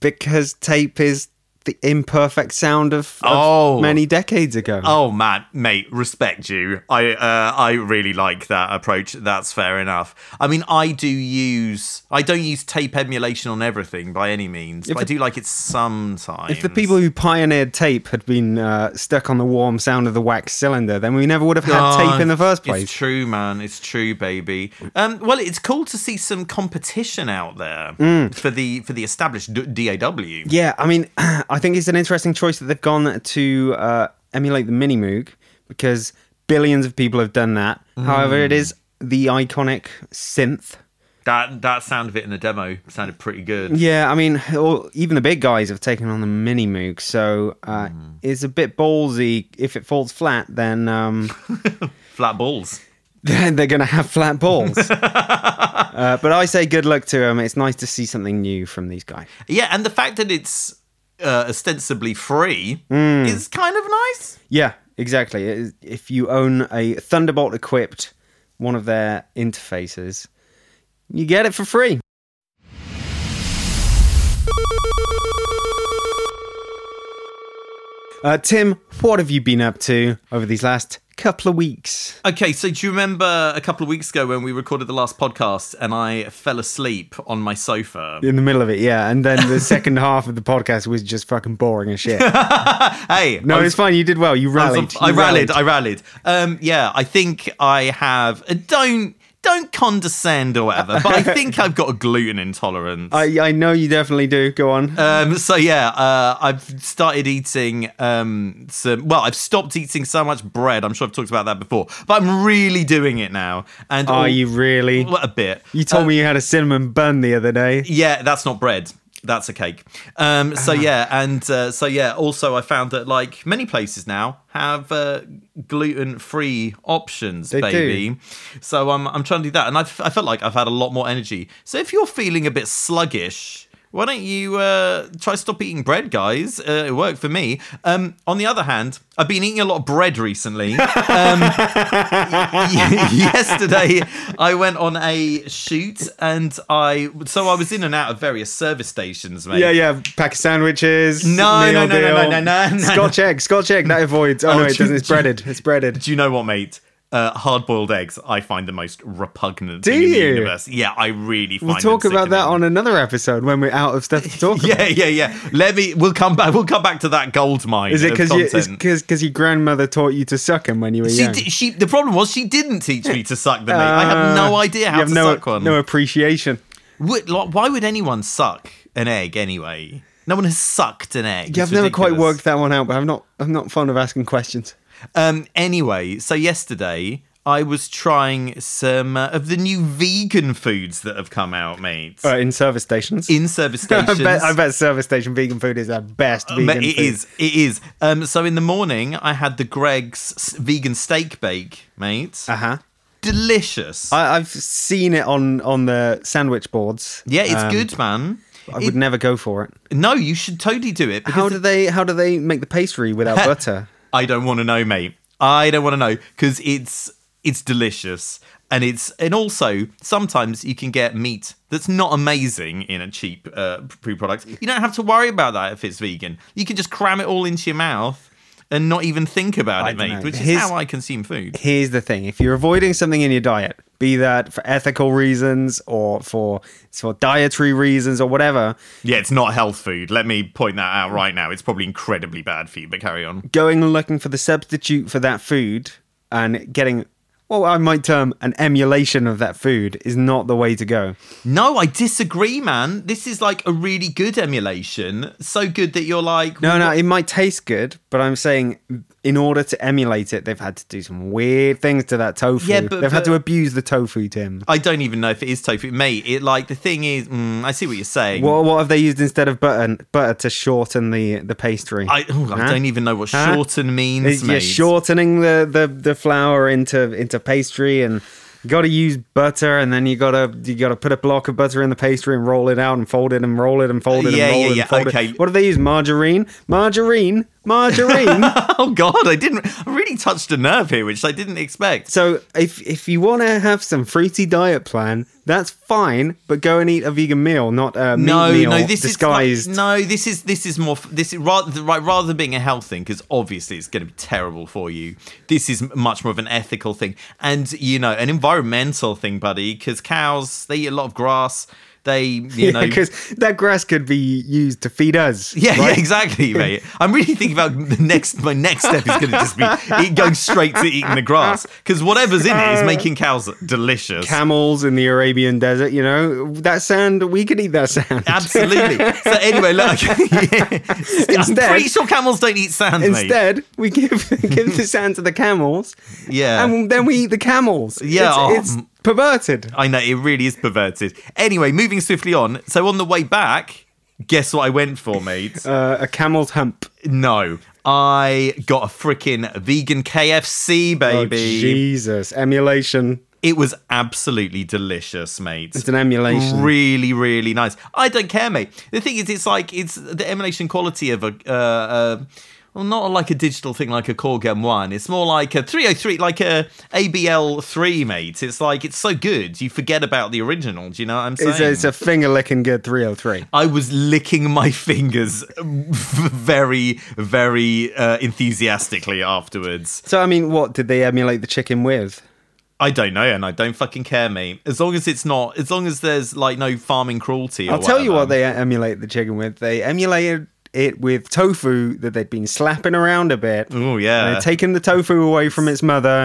[SPEAKER 1] because tape is the imperfect sound of, of
[SPEAKER 2] Oh.
[SPEAKER 1] many decades ago.
[SPEAKER 2] Oh man, mate, respect you. I uh, I really like that approach. That's fair enough. I mean, I do use I don't use tape emulation on everything by any means, but I do like it sometimes.
[SPEAKER 1] If the people who pioneered tape had been uh, stuck on the warm sound of the wax cylinder, then we never would have had tape
[SPEAKER 2] Oh,
[SPEAKER 1] in the first
[SPEAKER 2] It's
[SPEAKER 1] place.
[SPEAKER 2] true, man. It's true, baby. Um, well, it's cool to see some competition out there for the for the established D- DAW.
[SPEAKER 1] Mm. Yeah, I mean, [clears throat] I think it's an interesting choice that they've gone to uh, emulate the Mini Moog because billions of people have done that. However, it is the iconic synth.
[SPEAKER 2] That that sound of it in the demo sounded pretty good.
[SPEAKER 1] Yeah, I mean, all, even the big guys have taken on the Mini Moog, so uh, it's a bit ballsy. If it falls flat, then. Um, [laughs]
[SPEAKER 2] Flat balls.
[SPEAKER 1] they're, they're going to have flat balls. uh, but I say good luck to them. It's nice to see something new from these guys.
[SPEAKER 2] Yeah, and the fact that it's uh, ostensibly free
[SPEAKER 1] Mm.
[SPEAKER 2] is kind of nice.
[SPEAKER 1] Yeah, exactly. It is- If you own a Thunderbolt equipped one of their interfaces, you get it for free. Uh, Tim, what have you been up to over these last couple of weeks?
[SPEAKER 2] Okay, so do you remember a couple of weeks ago when we recorded the last podcast and I fell asleep on my sofa?
[SPEAKER 1] In the middle of it, yeah. And then [laughs] the second half of the podcast was just fucking boring as [laughs] shit.
[SPEAKER 2] [laughs] Hey,
[SPEAKER 1] No,
[SPEAKER 2] I was
[SPEAKER 1] it's fine. You did well. You
[SPEAKER 2] I was
[SPEAKER 1] rallied.
[SPEAKER 2] on- I
[SPEAKER 1] You
[SPEAKER 2] rallied. I rallied. Um, yeah, I think I have. uh, Don't don't condescend or whatever. But I think I've got a gluten intolerance.
[SPEAKER 1] I, I know you definitely do. Go on.
[SPEAKER 2] um, so yeah, uh, I've started eating um, some. Well, I've stopped eating so much bread. I'm sure I've talked about that before, but I'm really doing it now. And
[SPEAKER 1] Are
[SPEAKER 2] all-
[SPEAKER 1] you really?
[SPEAKER 2] What a bit.
[SPEAKER 1] You told me you had a cinnamon bun the other day.
[SPEAKER 2] Yeah, that's not bread. That's a cake. Um, so yeah, and uh, so yeah. Also, I found that like many places now have uh, gluten-free options,
[SPEAKER 1] do.
[SPEAKER 2] baby. So I'm I'm trying to do that, and I I felt like I've had a lot more energy. So if you're feeling a bit sluggish. Why don't you uh, try stop eating bread, guys? Uh, it worked for me. Um, on the other hand, I've been eating a lot of bread recently. [laughs] yesterday I went on a shoot and I so I was in and out of various service stations, mate.
[SPEAKER 1] Yeah, yeah. Pack of sandwiches.
[SPEAKER 2] No,
[SPEAKER 1] meal
[SPEAKER 2] no, no, no,
[SPEAKER 1] deal.
[SPEAKER 2] no, no, no, no.
[SPEAKER 1] Scotch egg. Scotch egg. That avoids. Oh,
[SPEAKER 2] Oh,
[SPEAKER 1] no, it
[SPEAKER 2] do-
[SPEAKER 1] doesn't. It's
[SPEAKER 2] do-
[SPEAKER 1] breaded. It's breaded.
[SPEAKER 2] Do you know what, mate? Uh, hard-boiled eggs, I find the most repugnant.
[SPEAKER 1] Do
[SPEAKER 2] thing in the
[SPEAKER 1] you?
[SPEAKER 2] universe. Yeah, I really. Find
[SPEAKER 1] We'll talk
[SPEAKER 2] them
[SPEAKER 1] about that
[SPEAKER 2] sickening.
[SPEAKER 1] on another episode when we're out of stuff to talk about.
[SPEAKER 2] [laughs] Yeah, yeah, yeah. Let me. We'll come back. We'll come back to that gold mine.
[SPEAKER 1] Is it
[SPEAKER 2] of
[SPEAKER 1] because you, is
[SPEAKER 2] content.
[SPEAKER 1] 'cause- 'cause your grandmother taught you to suck them when you were
[SPEAKER 2] she,
[SPEAKER 1] young?
[SPEAKER 2] di- she, the problem was she didn't teach me to suck the meat. I have no
[SPEAKER 1] Uh,
[SPEAKER 2] idea how
[SPEAKER 1] you have
[SPEAKER 2] to
[SPEAKER 1] no,
[SPEAKER 2] suck one.
[SPEAKER 1] No appreciation.
[SPEAKER 2] Would- like, why would anyone suck an egg anyway? No one has sucked an egg.
[SPEAKER 1] Yeah, I've
[SPEAKER 2] It's
[SPEAKER 1] never quite
[SPEAKER 2] ridiculous.
[SPEAKER 1] worked that one out, but I'm not. I'm not fond of asking questions.
[SPEAKER 2] Um. Anyway, so yesterday I was trying some uh, of the new vegan foods that have come out, mate.
[SPEAKER 1] Uh, in service
[SPEAKER 2] [laughs]
[SPEAKER 1] stations.
[SPEAKER 2] in service
[SPEAKER 1] [laughs] I,
[SPEAKER 2] stations.
[SPEAKER 1] bet, I bet service station vegan food is our best
[SPEAKER 2] But
[SPEAKER 1] vegan
[SPEAKER 2] it
[SPEAKER 1] food.
[SPEAKER 2] is, It is. Um, so in the morning, I had the Greg's s- vegan steak bake, mate.
[SPEAKER 1] Uh huh.
[SPEAKER 2] Delicious.
[SPEAKER 1] I, I've seen it on on the sandwich boards.
[SPEAKER 2] yeah, it's
[SPEAKER 1] Um,
[SPEAKER 2] good, man.
[SPEAKER 1] I
[SPEAKER 2] It-
[SPEAKER 1] would never go for it.
[SPEAKER 2] no, you should totally do it.
[SPEAKER 1] How
[SPEAKER 2] Because
[SPEAKER 1] do they How do they make the pastry without [laughs] butter?
[SPEAKER 2] I don't want to know, mate. I don't want to know because it's it's delicious and it's and also sometimes you can get meat that's not amazing in a cheap uh, pre-product. You don't have to worry about that if it's vegan. You can just cram it all into your mouth and not even think about it,
[SPEAKER 1] don't
[SPEAKER 2] mate.
[SPEAKER 1] know.
[SPEAKER 2] Which is
[SPEAKER 1] His-
[SPEAKER 2] how I consume food.
[SPEAKER 1] Here's the thing: if you're avoiding something in your diet, be that for ethical reasons or for for dietary reasons or whatever,
[SPEAKER 2] Yeah, it's not health food. Let me point that out right now. It's probably incredibly bad for you, but carry on.
[SPEAKER 1] going and looking for the substitute for that food and getting what I might term an emulation of that food is not the way to go.
[SPEAKER 2] No, I disagree, man. This is like a really good emulation. So good that you're like,
[SPEAKER 1] No, no, it might taste good, but I'm saying in order to emulate it, they've had to do some weird things to that tofu.
[SPEAKER 2] Yeah, but-
[SPEAKER 1] they've had
[SPEAKER 2] but-
[SPEAKER 1] to abuse the tofu, Tim.
[SPEAKER 2] I don't even know if it is tofu, mate. It like the thing is, mm, I see what you're saying.
[SPEAKER 1] What, what have they used instead of butter, butter to shorten the, the pastry?
[SPEAKER 2] I, oh, I
[SPEAKER 1] Huh?
[SPEAKER 2] don't even know what
[SPEAKER 1] Huh?
[SPEAKER 2] shorten means,
[SPEAKER 1] Is You're
[SPEAKER 2] mate.
[SPEAKER 1] shortening the, the, the flour into into pastry and you gotta use butter and then you gotta you gotta put a block of butter in the pastry and roll it out and fold it and roll it and fold it
[SPEAKER 2] yeah,
[SPEAKER 1] and roll
[SPEAKER 2] yeah,
[SPEAKER 1] it
[SPEAKER 2] yeah,
[SPEAKER 1] and fold
[SPEAKER 2] okay.
[SPEAKER 1] it. What do they use? Margarine? Margarine?
[SPEAKER 2] [laughs]
[SPEAKER 1] Margarine?
[SPEAKER 2] [laughs] oh God, I didn't. I really touched a nerve here, which I didn't expect.
[SPEAKER 1] so if if you wanna have some fruity diet plan, that's fine, but go and eat a vegan meal, not a meat
[SPEAKER 2] No,
[SPEAKER 1] meal
[SPEAKER 2] no, this
[SPEAKER 1] disguised.
[SPEAKER 2] is like, no, this is this is more. f- This is rather right rather than being a health thing because obviously it's going to be terrible for you. This is m- much more of an ethical thing and you know an environmental thing, buddy. Because cows they eat a lot of grass. They you
[SPEAKER 1] [laughs]
[SPEAKER 2] know
[SPEAKER 1] because that grass could be used to feed us.
[SPEAKER 2] Yeah,
[SPEAKER 1] right?
[SPEAKER 2] yeah,
[SPEAKER 1] [laughs]
[SPEAKER 2] exactly, mate. I'm really thinking about the next. My next step is going to just be eat, going straight to eating the grass because whatever's in
[SPEAKER 1] Uh,
[SPEAKER 2] it is making cows delicious.
[SPEAKER 1] camels in the Arabian desert, you know, that sand, we could eat that sand. [laughs]
[SPEAKER 2] Absolutely. So anyway, look, [laughs] I'm
[SPEAKER 1] Instead-
[SPEAKER 2] pretty sure camels don't eat sand, mate.
[SPEAKER 1] Instead, we give [laughs] give the sand to the camels,
[SPEAKER 2] Yeah.
[SPEAKER 1] and then we eat the camels.
[SPEAKER 2] Yeah,
[SPEAKER 1] It's-
[SPEAKER 2] oh,
[SPEAKER 1] it's,
[SPEAKER 2] mm.
[SPEAKER 1] perverted.
[SPEAKER 2] I know it really is perverted. Anyway, moving swiftly on. So on the way back, guess what I went for,
[SPEAKER 1] [laughs]
[SPEAKER 2] mate?
[SPEAKER 1] Uh, a camel's hump.
[SPEAKER 2] no, I got a freaking vegan KFC,
[SPEAKER 1] Oh,
[SPEAKER 2] baby.
[SPEAKER 1] Jesus, emulation.
[SPEAKER 2] It was absolutely delicious, mate.
[SPEAKER 1] It's an emulation.
[SPEAKER 2] Really, really nice. I don't care, mate. The thing is, it's like it's the emulation quality of a. Uh, uh, well, not like a digital thing like a Core Gem 1. It's more like a 303, like a ABL 3, mate. It's like, it's so good, you forget about the original. Do you know what I'm saying?
[SPEAKER 1] It's a, it's a finger licking good 303.
[SPEAKER 2] I was licking my [laughs] fingers very, very uh, enthusiastically afterwards.
[SPEAKER 1] So, I mean, what did they emulate the chicken with?
[SPEAKER 2] I don't know, and I don't fucking care, mate. As long as it's not, as long as there's like no farming cruelty. Or
[SPEAKER 1] I'll tell you
[SPEAKER 2] whatever.
[SPEAKER 1] what they emulate the chicken with. They emulated it with tofu that they'd been slapping around a bit.
[SPEAKER 2] Oh yeah.
[SPEAKER 1] And they're taking the tofu away from its mother so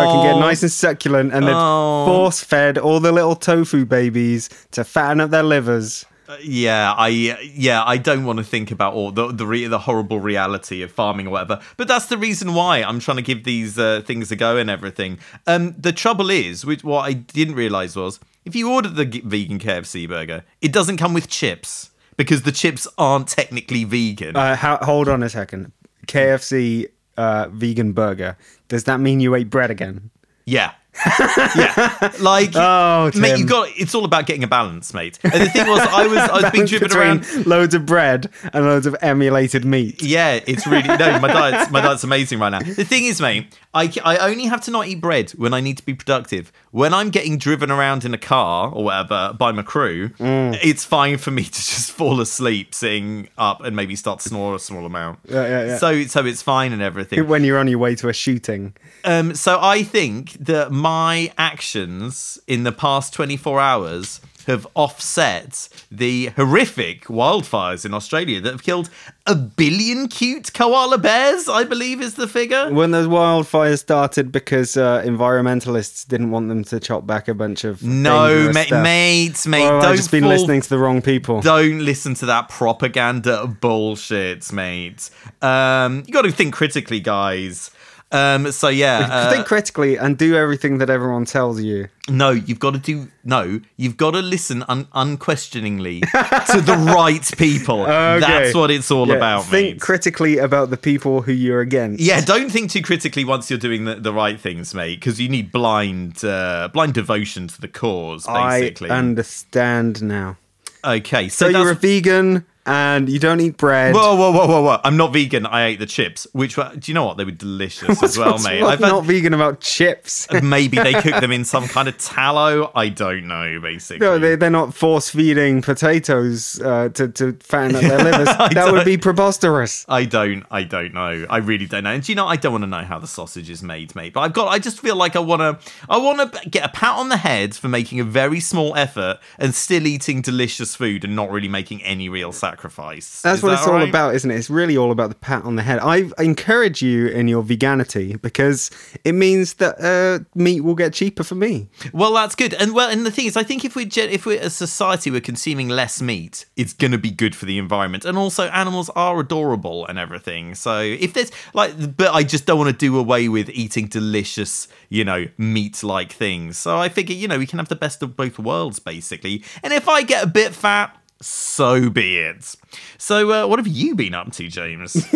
[SPEAKER 1] it can
[SPEAKER 2] Oh.
[SPEAKER 1] get nice and succulent. And they've
[SPEAKER 2] Oh.
[SPEAKER 1] force fed all the little tofu babies to fatten up their livers.
[SPEAKER 2] yeah, I yeah, I don't want to think about all the the, re- the horrible reality of farming or whatever. But that's the reason why I'm trying to give these uh, things a go and everything. Um, the trouble is, which what I didn't realize was, if you order the g- vegan KFC burger, it doesn't come with chips because the chips aren't technically vegan.
[SPEAKER 1] Uh, ho- hold on a second. KFC uh, vegan burger. Does that mean you ate bread again?
[SPEAKER 2] Yeah. [laughs] yeah, like,
[SPEAKER 1] [laughs] Oh,
[SPEAKER 2] mate,
[SPEAKER 1] Tim.
[SPEAKER 2] you got. It's all about getting a balance, mate. And
[SPEAKER 1] [laughs]
[SPEAKER 2] the thing was, I was, I was being
[SPEAKER 1] Balance
[SPEAKER 2] driven
[SPEAKER 1] between [laughs]
[SPEAKER 2] around.
[SPEAKER 1] loads of bread and loads of emulated meat.
[SPEAKER 2] Yeah, it's really no. My diet's my diet's amazing right now. The thing is, mate, I I only have to not eat bread when I need to be productive. When I'm getting driven around in a car or whatever by my crew,
[SPEAKER 1] Mm.
[SPEAKER 2] it's fine for me to just [laughs] fall asleep, sitting up, and maybe start to snore a small amount.
[SPEAKER 1] Yeah, yeah, yeah.
[SPEAKER 2] So so it's fine and everything.
[SPEAKER 1] When you're on your way to a shooting,
[SPEAKER 2] Um, so I think that my actions in the past 24 hours have offset the horrific wildfires in Australia that have killed a billion cute koala bears, I believe is the figure.
[SPEAKER 1] when those wildfires started because uh, environmentalists didn't want them to chop back a bunch of
[SPEAKER 2] No,
[SPEAKER 1] dangerous
[SPEAKER 2] mate,
[SPEAKER 1] stuff.
[SPEAKER 2] mate, mate,
[SPEAKER 1] Oh,
[SPEAKER 2] don't
[SPEAKER 1] I've just been
[SPEAKER 2] fall-
[SPEAKER 1] listening to the wrong people.
[SPEAKER 2] Don't listen to that propaganda bullshit, mate. Um, you got to think critically, guys. Um,
[SPEAKER 1] [laughs]
[SPEAKER 2] so yeah, uh,
[SPEAKER 1] Think critically and do everything that everyone tells you.
[SPEAKER 2] no, you've got to do no, you've got to listen un- unquestioningly to the right people.
[SPEAKER 1] [laughs] Okay.
[SPEAKER 2] That's what it's all
[SPEAKER 1] Yeah,
[SPEAKER 2] about.
[SPEAKER 1] Think
[SPEAKER 2] mate.
[SPEAKER 1] critically about the people who you're against.
[SPEAKER 2] Yeah, don't think too critically once you're doing the, the right things, mate, because you need blind uh, blind devotion to the cause, basically.
[SPEAKER 1] I understand now.
[SPEAKER 2] okay,
[SPEAKER 1] So
[SPEAKER 2] so, that's-
[SPEAKER 1] you're a vegan and you don't eat bread. [laughs]
[SPEAKER 2] Whoa, whoa, whoa, whoa, whoa! I'm not vegan. I ate the chips, which were. Do you know what? They
[SPEAKER 1] [laughs]
[SPEAKER 2] were delicious as
[SPEAKER 1] What's-
[SPEAKER 2] well,
[SPEAKER 1] what's
[SPEAKER 2] mate.
[SPEAKER 1] wrong
[SPEAKER 2] I've had-
[SPEAKER 1] not vegan about
[SPEAKER 2] [laughs]
[SPEAKER 1] chips.
[SPEAKER 2] maybe they cook them in some kind of tallow. I don't know. Basically,
[SPEAKER 1] No, they, they're not force feeding potatoes uh, to, to fatten up
[SPEAKER 2] [laughs]
[SPEAKER 1] their livers.
[SPEAKER 2] I
[SPEAKER 1] that would be
[SPEAKER 2] don't-
[SPEAKER 1] preposterous.
[SPEAKER 2] I don't. I don't know. I really don't know. And do you know, I don't want to know how the sausage is made, mate. But I've got. I just feel like I want to. I want to get a pat on the head for making a very small effort and still eating delicious food and not really making any real sacrifice.
[SPEAKER 1] That's
[SPEAKER 2] Is
[SPEAKER 1] what
[SPEAKER 2] that
[SPEAKER 1] it's all
[SPEAKER 2] right?
[SPEAKER 1] about, isn't it? It's really all about the pat on the head. I encourage you in your veganity because it means that uh, meat will get cheaper for me.
[SPEAKER 2] Well, that's good. And well, and the thing is, I think if we gen- if we're a society, we're consuming less meat. It's going to be good for the environment, and also animals are adorable and everything. So if there's like, but I just don't want to do away with eating delicious, you know, meat-like things. So I figure, you know, we can have the best of both worlds, basically. And if I get a bit fat. So be it. So, uh, what have you been up to, James?
[SPEAKER 1] [laughs]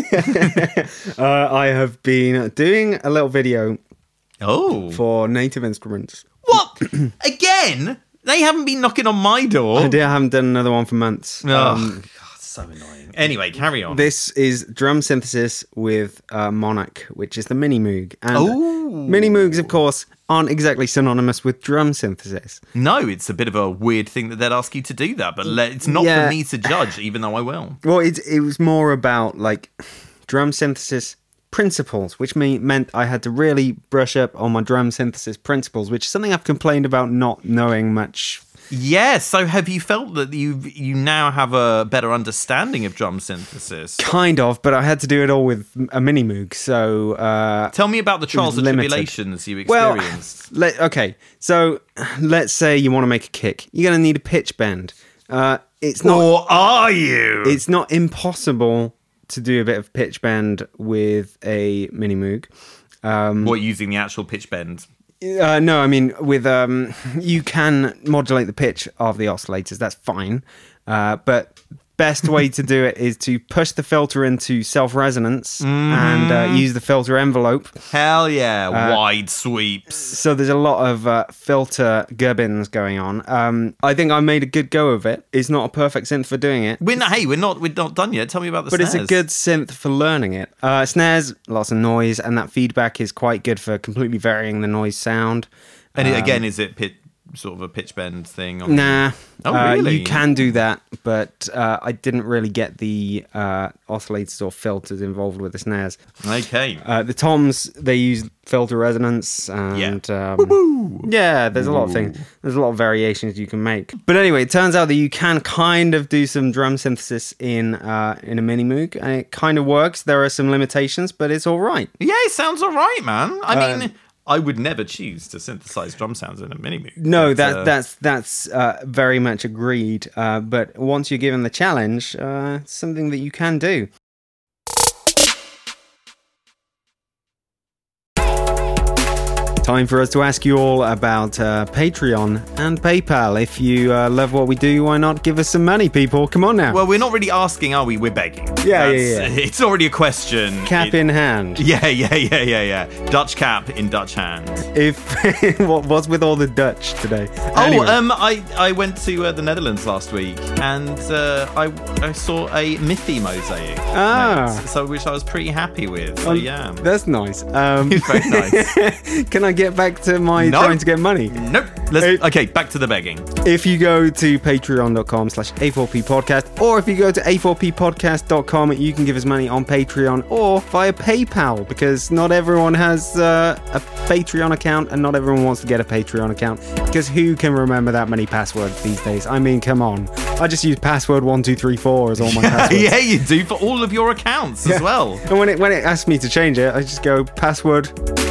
[SPEAKER 1] Uh, I have been doing a little video
[SPEAKER 2] oh,
[SPEAKER 1] for native instruments.
[SPEAKER 2] what again? They haven't been knocking on my door.
[SPEAKER 1] I did- I haven't done another one for months.
[SPEAKER 2] [laughs] Oh, God, so annoying. Anyway, carry on.
[SPEAKER 1] This is drum synthesis with uh, Monarch, which is the Mini Moog. And
[SPEAKER 2] Ooh.
[SPEAKER 1] Mini Moogs, of course, aren't exactly synonymous with drum synthesis.
[SPEAKER 2] no, it's a bit of a weird thing that they'd ask you to do that, but le- it's not
[SPEAKER 1] Yeah.
[SPEAKER 2] for me to judge, even though I will.
[SPEAKER 1] Well, it, it was more about like drum synthesis principles, which mean, meant I had to really brush up on my drum synthesis principles, which is something I've complained about not knowing much.
[SPEAKER 2] [laughs] Yeah, so have you felt that you you now have a better understanding of drum synthesis?
[SPEAKER 1] Kind of, but I had to do it all with a Mini Moog. So, uh,
[SPEAKER 2] Tell me about the trials and
[SPEAKER 1] limited.
[SPEAKER 2] tribulations you
[SPEAKER 1] Well,
[SPEAKER 2] [laughs]
[SPEAKER 1] [sighs]
[SPEAKER 2] experienced.
[SPEAKER 1] let, okay. So [sighs] let's say you want to make a kick. You're going to need a pitch bend. Uh, it's not.
[SPEAKER 2] or are you?
[SPEAKER 1] It's not impossible to do a bit of pitch bend with a mini moog.
[SPEAKER 2] what, using the actual pitch bend?
[SPEAKER 1] Uh, no, I mean with um, [laughs] you can modulate the pitch of the oscillators. That's fine, uh, but best way to do it is to push the filter into self resonance and uh, use the filter envelope.
[SPEAKER 2] Hell yeah, wide sweeps.
[SPEAKER 1] So there's a lot of uh, filter gubbins going on. Um, I think I made a good go of it. It's not a perfect synth for doing it,
[SPEAKER 2] We're not, hey, we're not, we're not done yet. Tell me about the
[SPEAKER 1] but it's a
[SPEAKER 2] snares.
[SPEAKER 1] good synth for learning it. Uh, snares, lots of noise, and that feedback is quite good for completely varying the noise sound.
[SPEAKER 2] And it, again, is it pit, sort of a pitch bend thing? On
[SPEAKER 1] Nah.
[SPEAKER 2] Oh,
[SPEAKER 1] Uh,
[SPEAKER 2] really?
[SPEAKER 1] you can do that, but uh, I didn't really get the uh, oscillators or filters involved with the snares.
[SPEAKER 2] Okay.
[SPEAKER 1] Uh, the toms they use filter resonance and yeah, um, yeah there's a lot of things. There's a lot of variations you can make. But anyway, it turns out that you can kind of do some drum synthesis in uh, in a mini moog, and it kind of works. There are some limitations, but it's all right.
[SPEAKER 2] Yeah, it sounds all right, man. I
[SPEAKER 1] Um,
[SPEAKER 2] mean, I would never choose to synthesize drum sounds in a mini moog.
[SPEAKER 1] No,
[SPEAKER 2] but,
[SPEAKER 1] that
[SPEAKER 2] uh,
[SPEAKER 1] that's that's uh, very much agreed. Uh, but once you're given the challenge, uh, it's something that you can do. Time for us to ask you all about uh, Patreon and PayPal. If you uh, love what we do, why not give us some money, people? Come on now,
[SPEAKER 2] Well, we're not really asking, are we? We're begging.
[SPEAKER 1] Yeah, yeah,
[SPEAKER 2] That's- [laughs] It's already a question.
[SPEAKER 1] cap
[SPEAKER 2] It-
[SPEAKER 1] in hand.
[SPEAKER 2] Yeah, [laughs] yeah, yeah, yeah, yeah. Dutch cap in Dutch hand.
[SPEAKER 1] If [laughs] what, what's with all the Dutch today? Anyway.
[SPEAKER 2] Oh, um, I, I went to uh, the Netherlands last week and uh, I I saw a Miffy mosaic.
[SPEAKER 1] Ah. Um,
[SPEAKER 2] mate, so which I was pretty happy with. So yeah,
[SPEAKER 1] that's nice.
[SPEAKER 2] [laughs]
[SPEAKER 1] Um,
[SPEAKER 2] very
[SPEAKER 1] [laughs]
[SPEAKER 2] nice.
[SPEAKER 1] can I get back to my
[SPEAKER 2] No.
[SPEAKER 1] trying to get money?
[SPEAKER 2] nope. Let's,
[SPEAKER 1] Hey.
[SPEAKER 2] okay, back to the begging.
[SPEAKER 1] If you go to patreon.com slash a4p podcast, or if you go to a4p podcast.com, you can give us money on Patreon or via PayPal because not everyone has uh, a Patreon account and not everyone wants to get a Patreon account because who can remember that many passwords these days? I mean, come on. I just use password 1234 as all my
[SPEAKER 2] [laughs]
[SPEAKER 1] passwords.
[SPEAKER 2] yeah, you do for all of your accounts as well.
[SPEAKER 1] And when it when it asks me to change it, I just go password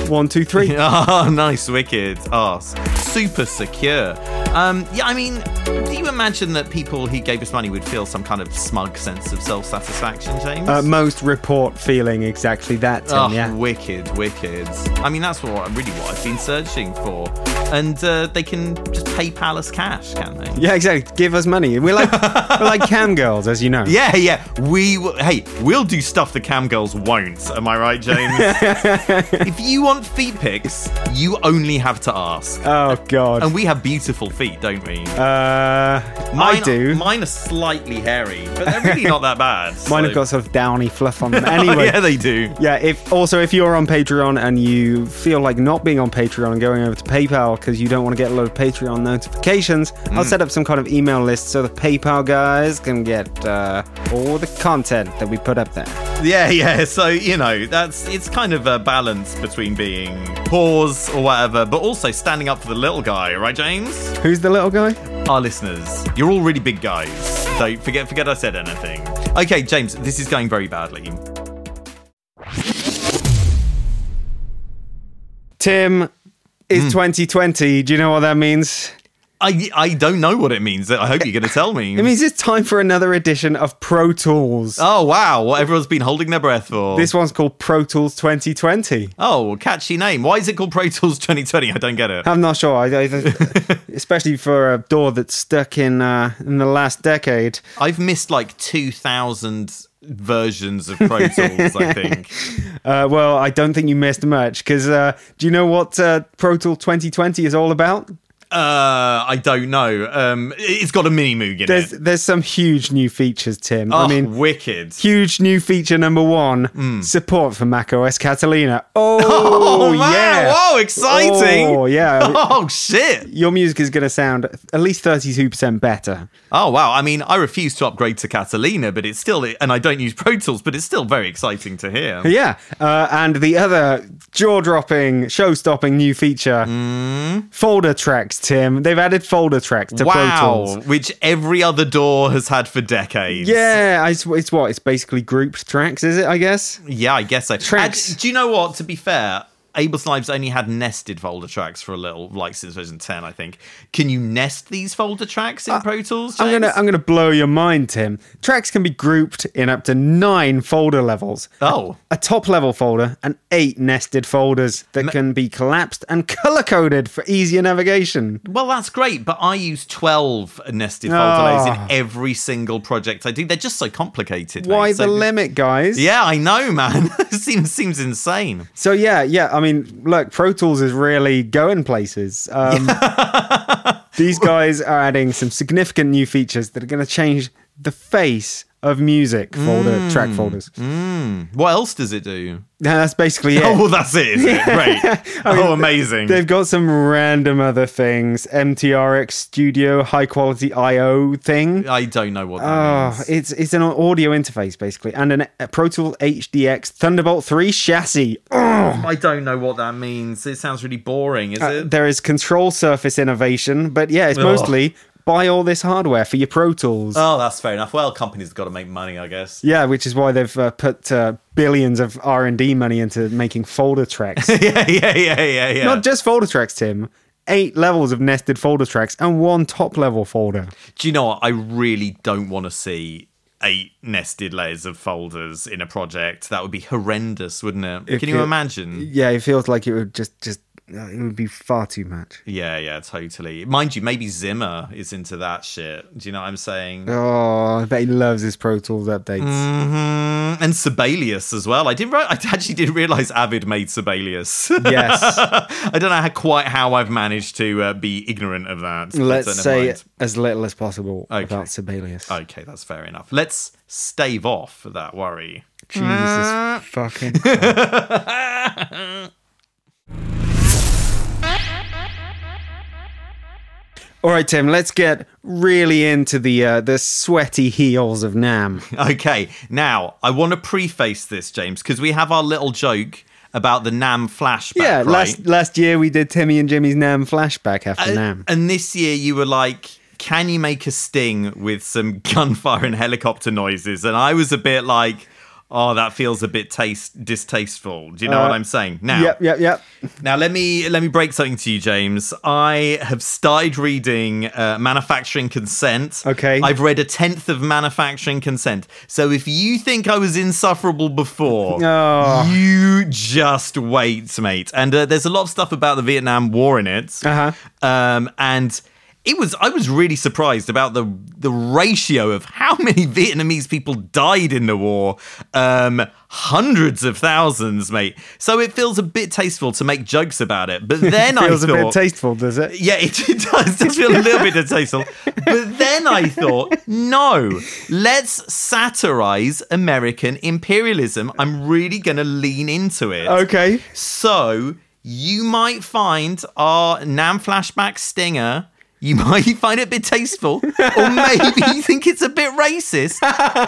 [SPEAKER 1] One, two, three.
[SPEAKER 2] [laughs] Oh, nice, wicked. Oh, s- super secure. Um, yeah, I mean, do you imagine that people who gave us money would feel some kind of smug sense of self satisfaction, James?
[SPEAKER 1] Uh, most report feeling exactly that, Tim.
[SPEAKER 2] Oh,
[SPEAKER 1] yeah.
[SPEAKER 2] wicked, wicked. I mean, that's what really what I've been searching for. And uh, they can just PayPal us cash, can they?
[SPEAKER 1] Yeah, exactly. Give us money. We're like we're
[SPEAKER 2] [laughs]
[SPEAKER 1] like cam girls, as you know.
[SPEAKER 2] Yeah, yeah. We will, hey, we'll do stuff the cam girls won't. Am I right,
[SPEAKER 1] [laughs]
[SPEAKER 2] James? if you want feet pics, you only have to ask.
[SPEAKER 1] Oh god.
[SPEAKER 2] And we have beautiful feet, don't we?
[SPEAKER 1] Uh, I
[SPEAKER 2] Mine-
[SPEAKER 1] do.
[SPEAKER 2] Mine are slightly hairy, but they're really not that bad.
[SPEAKER 1] [laughs] Mine
[SPEAKER 2] so-
[SPEAKER 1] have got sort of downy fluff
[SPEAKER 2] [laughs]
[SPEAKER 1] on them. Anyway.
[SPEAKER 2] Oh, yeah, they do.
[SPEAKER 1] Yeah, if also if you're on Patreon and you feel like not being on Patreon and going over to PayPal because you don't want to get a load of Patreon notifications,
[SPEAKER 2] Mm.
[SPEAKER 1] I'll set up some kind of email list so the PayPal guys can get uh, all the content that we put up there.
[SPEAKER 2] Yeah, yeah. So you know, that's it's kind of a balance between being pause or whatever, but also standing up for the little guy, right, James?
[SPEAKER 1] Who's the little guy?
[SPEAKER 2] Our listeners, you're all really big guys. So forget, forget I said anything. Okay, James, this is going very badly.
[SPEAKER 1] Tim. It's
[SPEAKER 2] Mm.
[SPEAKER 1] 2020. Do you know what that means?
[SPEAKER 2] I I don't know what it means. I hope you're going to tell me.
[SPEAKER 1] [laughs] It means it's time for another edition of Pro Tools.
[SPEAKER 2] oh wow, what everyone's been holding their breath for.
[SPEAKER 1] This one's called Pro Tools 2020.
[SPEAKER 2] oh, catchy name. Why is it called Pro Tools 2020? I don't get it.
[SPEAKER 1] I'm not sure. I,
[SPEAKER 2] [laughs]
[SPEAKER 1] I, especially for a door that's stuck in uh, in the last decade.
[SPEAKER 2] I've missed like 2,000 versions of Pro Tools,
[SPEAKER 1] [laughs]
[SPEAKER 2] I think.
[SPEAKER 1] Uh, well, I don't think you missed much because uh, do you know what uh, Pro Tool 2020 is all about?
[SPEAKER 2] Uh, I don't know. Um, it's got a mini Moog in
[SPEAKER 1] There's
[SPEAKER 2] it.
[SPEAKER 1] there's some huge new features, Tim.
[SPEAKER 2] Oh,
[SPEAKER 1] I mean,
[SPEAKER 2] wicked.
[SPEAKER 1] huge new feature number one: support for Mac OS Catalina. Oh,
[SPEAKER 2] [laughs] Oh, man.
[SPEAKER 1] yeah!
[SPEAKER 2] Wow, exciting.
[SPEAKER 1] Oh
[SPEAKER 2] [laughs]
[SPEAKER 1] yeah!
[SPEAKER 2] Oh, shit.
[SPEAKER 1] Your music is going to sound at least 32% better.
[SPEAKER 2] Oh, wow. I mean, I refuse to upgrade to Catalina, but it's still, and I don't use Pro Tools, but it's still very exciting to hear.
[SPEAKER 1] Yeah. Uh, and the other jaw dropping, show stopping new feature folder tracks, Tim. They've added folder tracks to Pro Tools.
[SPEAKER 2] Wow. Which every other door has had for decades.
[SPEAKER 1] Yeah, I, it's it's what it's basically grouped tracks, is it? I guess.
[SPEAKER 2] Yeah, I guess so.
[SPEAKER 1] Tracks.
[SPEAKER 2] And do you know what? To be fair, Ableton Live's only had nested folder tracks for a little, like since version ten, I think. Can you nest these folder tracks in Pro Tools?
[SPEAKER 1] Uh, I'm gonna
[SPEAKER 2] James?
[SPEAKER 1] I'm gonna blow your mind, Tim. Tracks can be grouped in up to nine folder levels.
[SPEAKER 2] Oh.
[SPEAKER 1] A top level folder and eight nested folders that can be collapsed and color coded for easier navigation.
[SPEAKER 2] Well, that's great, but I use 12 nested
[SPEAKER 1] Oh.
[SPEAKER 2] folder layers in every single project I do. They're just so complicated. mate.
[SPEAKER 1] Why
[SPEAKER 2] So-
[SPEAKER 1] the limit, guys?
[SPEAKER 2] [laughs] Yeah, I know, man. [laughs] it seems, seems insane.
[SPEAKER 1] So yeah, yeah. I mean, look, Pro Tools is really going places. Um, these guys are adding some significant new features that are going to change the face of music folder track folders.
[SPEAKER 2] What else does it do?
[SPEAKER 1] Yeah, [laughs] that's basically it.
[SPEAKER 2] [laughs] Oh, well, that's it. Isn't
[SPEAKER 1] [laughs]
[SPEAKER 2] it? Great. oh, amazing.
[SPEAKER 1] They've got some random other things. MTRX Studio high quality IO thing.
[SPEAKER 2] I don't know what that
[SPEAKER 1] Oh,
[SPEAKER 2] means.
[SPEAKER 1] it's it's an audio interface basically, and an, a Pro Tool HDX Thunderbolt 3 chassis.
[SPEAKER 2] I don't know what that means. It sounds really boring, is it?
[SPEAKER 1] There is control surface innovation, but yeah, it's
[SPEAKER 2] Ugh.
[SPEAKER 1] mostly buy all this hardware for your Pro Tools.
[SPEAKER 2] Oh, that's fair enough. Well, companies have got to make money, I guess.
[SPEAKER 1] yeah, which is why they've uh, put uh, billions of R and D money into making folder [laughs] tracks.
[SPEAKER 2] [laughs] yeah, yeah, yeah, yeah, yeah.
[SPEAKER 1] Not just folder tracks, Tim. Eight levels of nested folder tracks and one top level folder.
[SPEAKER 2] Do you know what? I really don't want to see eight nested layers of folders in a project. That would be horrendous, wouldn't it?
[SPEAKER 1] If
[SPEAKER 2] Can you
[SPEAKER 1] it-
[SPEAKER 2] imagine?
[SPEAKER 1] Yeah, it feels like it would just just uh, it would be far too much.
[SPEAKER 2] Yeah, yeah, totally. Mind you, maybe Zimmer is into that shit. Do you know what I'm saying?
[SPEAKER 1] Oh, I bet he loves his Pro Tools updates.
[SPEAKER 2] Mhm. And Sibelius as well. I didn't. Re- I actually didn't realize Avid made Sibelius.
[SPEAKER 1] [laughs] Yes.
[SPEAKER 2] [laughs] I don't know how, quite how I've managed to uh, be ignorant of that. but, uh,
[SPEAKER 1] Let's
[SPEAKER 2] never
[SPEAKER 1] say
[SPEAKER 2] mind.
[SPEAKER 1] as little as possible
[SPEAKER 2] Okay.
[SPEAKER 1] about Sibelius.
[SPEAKER 2] Okay, that's fair enough. Let's stave off that worry. [laughs] Mm.
[SPEAKER 1] Jesus fucking. All right, Tim. Let's get really into the uh, the sweaty heels of
[SPEAKER 2] [laughs]
[SPEAKER 1] Nam.
[SPEAKER 2] Okay, now I want to preface this, James, because we have our little joke about the Nam flashback.
[SPEAKER 1] Yeah,
[SPEAKER 2] right?
[SPEAKER 1] last last year we did Timmy and Jimmy's Nam flashback after
[SPEAKER 2] Uh,
[SPEAKER 1] Nam.
[SPEAKER 2] And this year you were like, can [laughs] you make a sting with some gunfire and helicopter noises? And I was a bit like, oh, that feels a bit taste distasteful. Do you know
[SPEAKER 1] Uh,
[SPEAKER 2] what I'm saying? Now,
[SPEAKER 1] Yep, yep, yep.
[SPEAKER 2] now let me let me break something to you, James. I have started reading uh, Manufacturing Consent.
[SPEAKER 1] Okay.
[SPEAKER 2] I've read a tenth of Manufacturing Consent. So if you think I was insufferable before,
[SPEAKER 1] Oh.
[SPEAKER 2] you just wait, mate. And uh, there's a lot of stuff about the Vietnam War in it.
[SPEAKER 1] Uh-huh.
[SPEAKER 2] Um, and it was I was really surprised about the the ratio of how many [laughs] Vietnamese people died in the war. Um, hundreds of thousands, mate. So it feels a bit tasteful to make jokes about it.
[SPEAKER 1] [laughs]
[SPEAKER 2] But then I
[SPEAKER 1] Feels a bit
[SPEAKER 2] thought,
[SPEAKER 1] tasteful, does it?
[SPEAKER 2] [laughs] yeah, it, it does. It does feel a little bit distasteful. But then I thought, no, let's satirize American imperialism. I'm really going to lean into it.
[SPEAKER 1] Okay.
[SPEAKER 2] So you might find our Nam flashback stinger. You [laughs] might find it a bit tasteful, or maybe you think it's a bit racist.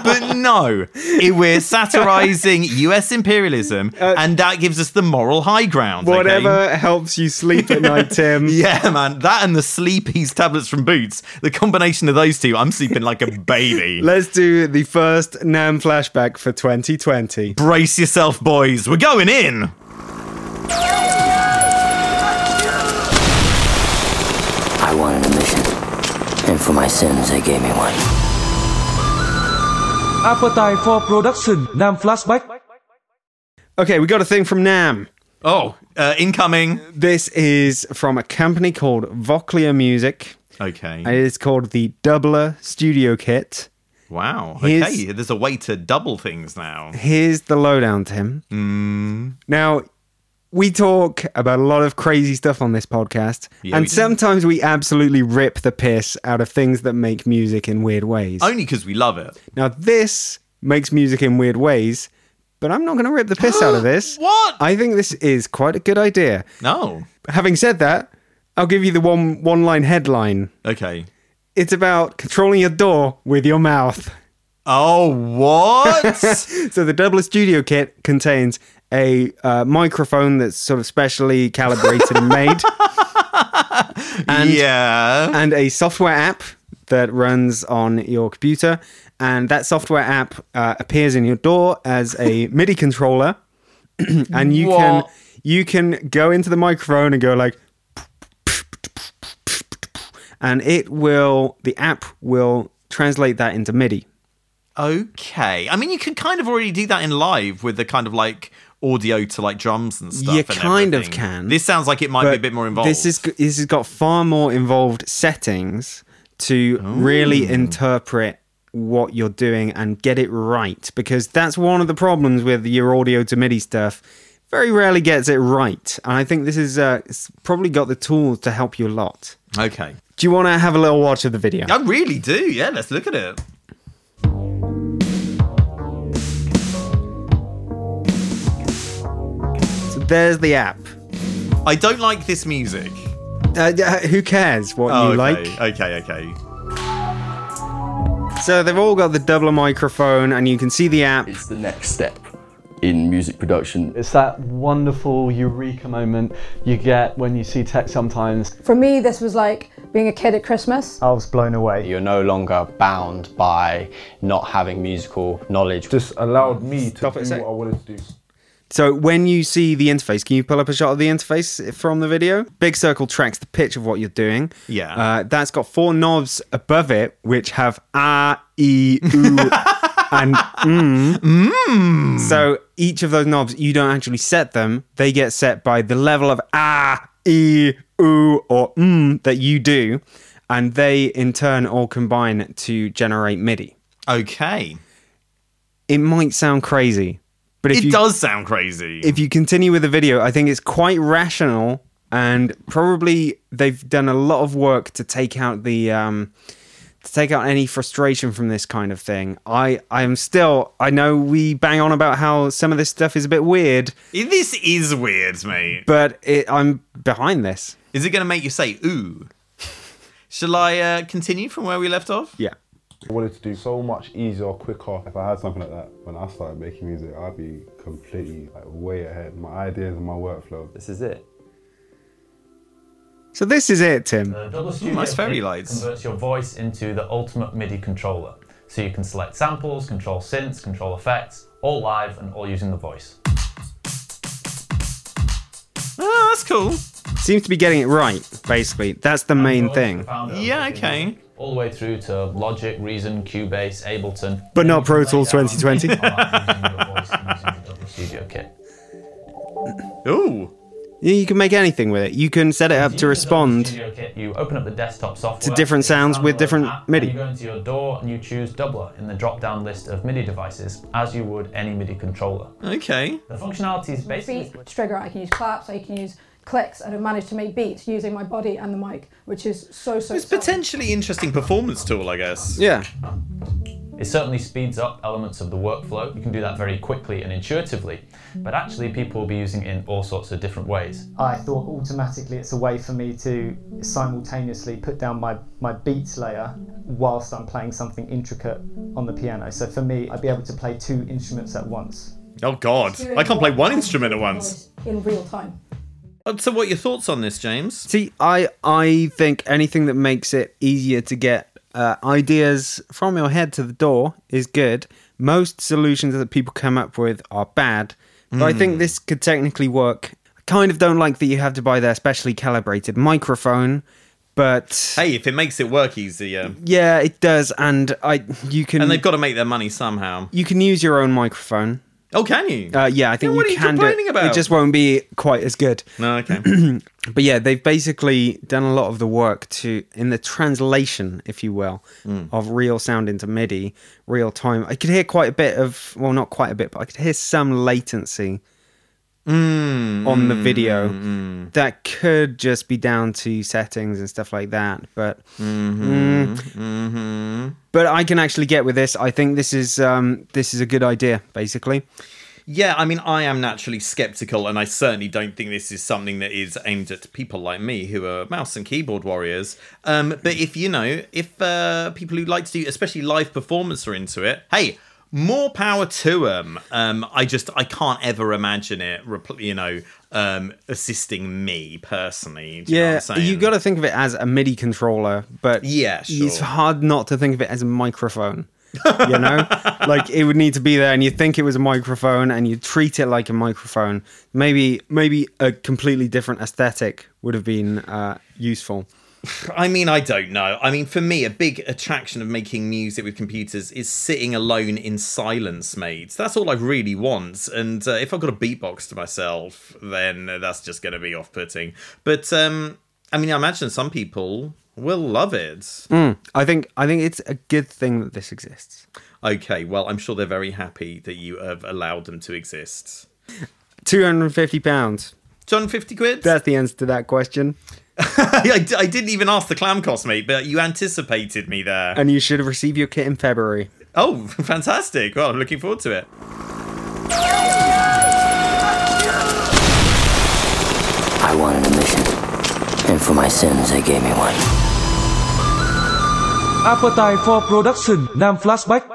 [SPEAKER 2] But no, it- we're satirizing U.S. imperialism, and that gives us the moral high ground. okay?
[SPEAKER 1] Uh, Whatever helps you sleep at
[SPEAKER 2] [laughs]
[SPEAKER 1] night, Tim.
[SPEAKER 2] Yeah, man, that and the sleepies tablets from Boots. The combination of those two, I'm sleeping like
[SPEAKER 1] [laughs]
[SPEAKER 2] a baby.
[SPEAKER 1] Let's do the first Nam flashback for 2020.
[SPEAKER 2] Brace yourself, boys. We're going in.
[SPEAKER 4] I wanted a mission, and for my sins, they gave me one.
[SPEAKER 5] Appetite for Production Nam Flashback
[SPEAKER 1] Okay, we got a thing from Nam.
[SPEAKER 2] Oh, uh, incoming.
[SPEAKER 1] This is from a company called Voclia Music. and
[SPEAKER 2] Okay.
[SPEAKER 1] It is called the Doubler Studio Kit.
[SPEAKER 2] Wow.
[SPEAKER 1] Here's-
[SPEAKER 2] Okay, there's a way to double things now.
[SPEAKER 1] Here's the lowdown, Tim.
[SPEAKER 2] Mm.
[SPEAKER 1] Now, we talk about a lot of crazy stuff on this podcast,
[SPEAKER 2] Yeah, we
[SPEAKER 1] and
[SPEAKER 2] do.
[SPEAKER 1] sometimes we absolutely rip the piss out of things that make music in weird ways.
[SPEAKER 2] Only because we love it.
[SPEAKER 1] Now, this makes music in weird ways, but I'm not going to rip the piss
[SPEAKER 2] [gasps]
[SPEAKER 1] out of this.
[SPEAKER 2] What?
[SPEAKER 1] I think this is quite a good idea.
[SPEAKER 2] No.
[SPEAKER 1] Having said that, I'll give you the one one line headline.
[SPEAKER 2] Okay.
[SPEAKER 1] It's about controlling your door with your mouth. [laughs]
[SPEAKER 2] Oh, what?
[SPEAKER 1] So the Doubler Studio Kit contains a uh, microphone that's sort of specially calibrated and made,
[SPEAKER 2] yeah.
[SPEAKER 1] and a software app that runs on your computer. And that software app uh, appears in your door as a MIDI controller, [clears throat] and you can
[SPEAKER 2] What?
[SPEAKER 1] you can go into the microphone and go like. And it will, the app will translate that into MIDI.
[SPEAKER 2] Okay. I mean, you could kind of already do that in live with the kind of like audio to like drums and stuff.
[SPEAKER 1] You
[SPEAKER 2] and
[SPEAKER 1] kind of
[SPEAKER 2] everything.
[SPEAKER 1] can,
[SPEAKER 2] This sounds like it might be a
[SPEAKER 1] But
[SPEAKER 2] bit more involved.
[SPEAKER 1] This is this has got far more involved settings to really interpret what you're doing and get it right because that's one of the problems with your audio to MIDI stuff. Very rarely gets it right, and I think this is uh, it's probably got the tools to help you a lot.
[SPEAKER 2] okay.
[SPEAKER 1] Do you want to have a little watch of the video?
[SPEAKER 2] I really do. Yeah, let's look at it.
[SPEAKER 1] So there's the app.
[SPEAKER 2] I don't like this music. Oh,
[SPEAKER 1] Uh, yeah, who cares what you
[SPEAKER 2] okay.
[SPEAKER 1] like?
[SPEAKER 2] Okay, okay.
[SPEAKER 1] So they've all got the doubler microphone, and you can see the app.
[SPEAKER 6] It's the next step in music production.
[SPEAKER 7] It's that wonderful eureka moment you get when you see tech sometimes.
[SPEAKER 8] For me, this was like being a kid at Christmas.
[SPEAKER 7] I was blown away.
[SPEAKER 9] You're no longer bound by not having musical knowledge.
[SPEAKER 10] just allowed me to
[SPEAKER 1] it a
[SPEAKER 10] do
[SPEAKER 1] sec.
[SPEAKER 10] what I wanted to do.
[SPEAKER 1] So when you see the interface, can you pull up a shot of the interface from the video? Big circle tracks the pitch of what you're doing.
[SPEAKER 2] Yeah.
[SPEAKER 1] Uh, that's got four knobs above it, which have ah, e,
[SPEAKER 2] [laughs]
[SPEAKER 1] ooh, and mm. So each of those knobs, you don't actually set them. They get set by the level of ah, e, ooh, or mm that you do. And they in turn all combine to generate MIDI.
[SPEAKER 2] Okay.
[SPEAKER 1] It might sound crazy, but if
[SPEAKER 2] It
[SPEAKER 1] you
[SPEAKER 2] does sound crazy.
[SPEAKER 1] if you continue with the video, I think it's quite rational and probably they've done a lot of work to take out the um to take out any frustration from this kind of thing. I I am still I know we bang on about how some of this stuff is a bit weird,
[SPEAKER 2] this is weird, mate.
[SPEAKER 1] but it, I'm behind this.
[SPEAKER 2] Is it going to make you say, ooh? Shall I uh, continue from where we left off?
[SPEAKER 1] Yeah.
[SPEAKER 10] I wanted to do so much easier, quicker. If I had something like that when I started making music, I'd be completely like way ahead. My ideas and my workflow.
[SPEAKER 9] This is it.
[SPEAKER 1] So this is it, Tim.
[SPEAKER 2] nice fairy lights.
[SPEAKER 11] Converts your voice into the ultimate MIDI controller. So you can select samples, control synths, control effects, all live and all using the voice.
[SPEAKER 2] Oh, that's cool.
[SPEAKER 1] Seems to be getting it right, basically. That's the main thing.
[SPEAKER 2] Yeah, okay.
[SPEAKER 11] All the way through to Logic, Reason, Cubase, Ableton.
[SPEAKER 1] But not Pro Tools 2020.
[SPEAKER 11] Studio Kit.
[SPEAKER 2] Ooh.
[SPEAKER 1] Yeah, you can make anything with it. You can set it up to respond
[SPEAKER 11] Studio Kit. You open up the desktop software.
[SPEAKER 1] to different sounds with different
[SPEAKER 11] You
[SPEAKER 1] MIDI.
[SPEAKER 11] go into your door and you choose Doubler in the drop-down list of MIDI devices, as you would any MIDI controller.
[SPEAKER 2] Okay.
[SPEAKER 11] The functionality is basically
[SPEAKER 8] Beat trigger. I can use claps. I can use clicks, and I've managed to make beats using my body and the mic, which is so so.
[SPEAKER 2] It's
[SPEAKER 8] exciting.
[SPEAKER 2] potentially interesting performance tool, I guess.
[SPEAKER 1] Yeah.
[SPEAKER 11] It certainly speeds up elements of the workflow. You can do that very quickly and intuitively, but actually, people will be using it in all sorts of different ways.
[SPEAKER 12] I thought automatically it's a way for me to simultaneously put down my, my beats layer whilst I'm playing something intricate on the piano. So for me, I'd be able to play two instruments at once.
[SPEAKER 2] Oh God, I can't play one instrument at once.
[SPEAKER 8] in real time.
[SPEAKER 2] Uh, So, what are your thoughts on this, James?
[SPEAKER 1] See, I I think anything that makes it easier to get uh, ideas from your head to the door is good. Most solutions that people come up with are bad, but I
[SPEAKER 2] Hmm.
[SPEAKER 1] think this could technically work. I kind of don't like that you have to buy their specially calibrated microphone, but
[SPEAKER 2] Hey, if it makes it work easier,
[SPEAKER 1] yeah, it does. And I you can
[SPEAKER 2] and they've got to make their money somehow.
[SPEAKER 1] you can use your own microphone.
[SPEAKER 2] Oh, can you?
[SPEAKER 1] Uh, yeah, I think
[SPEAKER 2] Yeah, what
[SPEAKER 1] you
[SPEAKER 2] are you
[SPEAKER 1] can do
[SPEAKER 2] complaining
[SPEAKER 1] it.
[SPEAKER 2] about?
[SPEAKER 1] It just won't be quite as good.
[SPEAKER 2] [clears throat]
[SPEAKER 1] [clears throat]
[SPEAKER 2] no, okay.
[SPEAKER 1] But yeah, they've basically done a lot of the work to in the translation, if you will, of real sound into MIDI, real time. I could hear quite a bit of well, not quite a bit, but I could hear some latency on the video. That could just be down to settings and stuff like that. But Mm. but I can actually get with this. I think this is um, this is a good idea, basically.
[SPEAKER 2] Yeah, I mean, I am naturally skeptical, and I certainly don't think this is something that is aimed at people like me who are mouse and keyboard warriors. Um, but if you know, if uh, people who like to do, especially live performance, are into it, hey, more power to them. Um, I just, I can't ever imagine it, repl- you know, um, assisting me personally. Do you know what I'm saying?
[SPEAKER 1] you got to think of it as a MIDI controller, but
[SPEAKER 2] Yeah,
[SPEAKER 1] it's
[SPEAKER 2] sure.
[SPEAKER 1] hard not to think of it as a microphone.
[SPEAKER 2] [laughs]
[SPEAKER 1] you know, like it would need to be there, and you think it was a microphone, and you treat it like a microphone. Maybe, maybe a completely different aesthetic would have been uh, useful.
[SPEAKER 2] I mean, I don't know. I mean, for me, a big attraction of making music with computers is sitting alone in silence, mate. That's all I really want. And uh, if I've got a beatbox to myself, then that's just going to be off putting. But um, I mean, I imagine some people will love it.
[SPEAKER 1] Mm, I think, I think it's a good thing that this exists.
[SPEAKER 2] Okay, well, I'm sure they're very happy that you have allowed them to exist.
[SPEAKER 1] Two hundred and fifty pounds.
[SPEAKER 2] John, 50 quid?
[SPEAKER 1] That's the answer to that question,
[SPEAKER 2] [laughs] I, d- I didn't even ask the clam cost, mate, but you anticipated me there.
[SPEAKER 1] and you should have received your kit in February.
[SPEAKER 2] Oh, [laughs] fantastic. Well, I'm looking forward to it.
[SPEAKER 4] I wanted a mission, and for my sins, they gave me one.
[SPEAKER 5] Appetite for Production Nam Flashback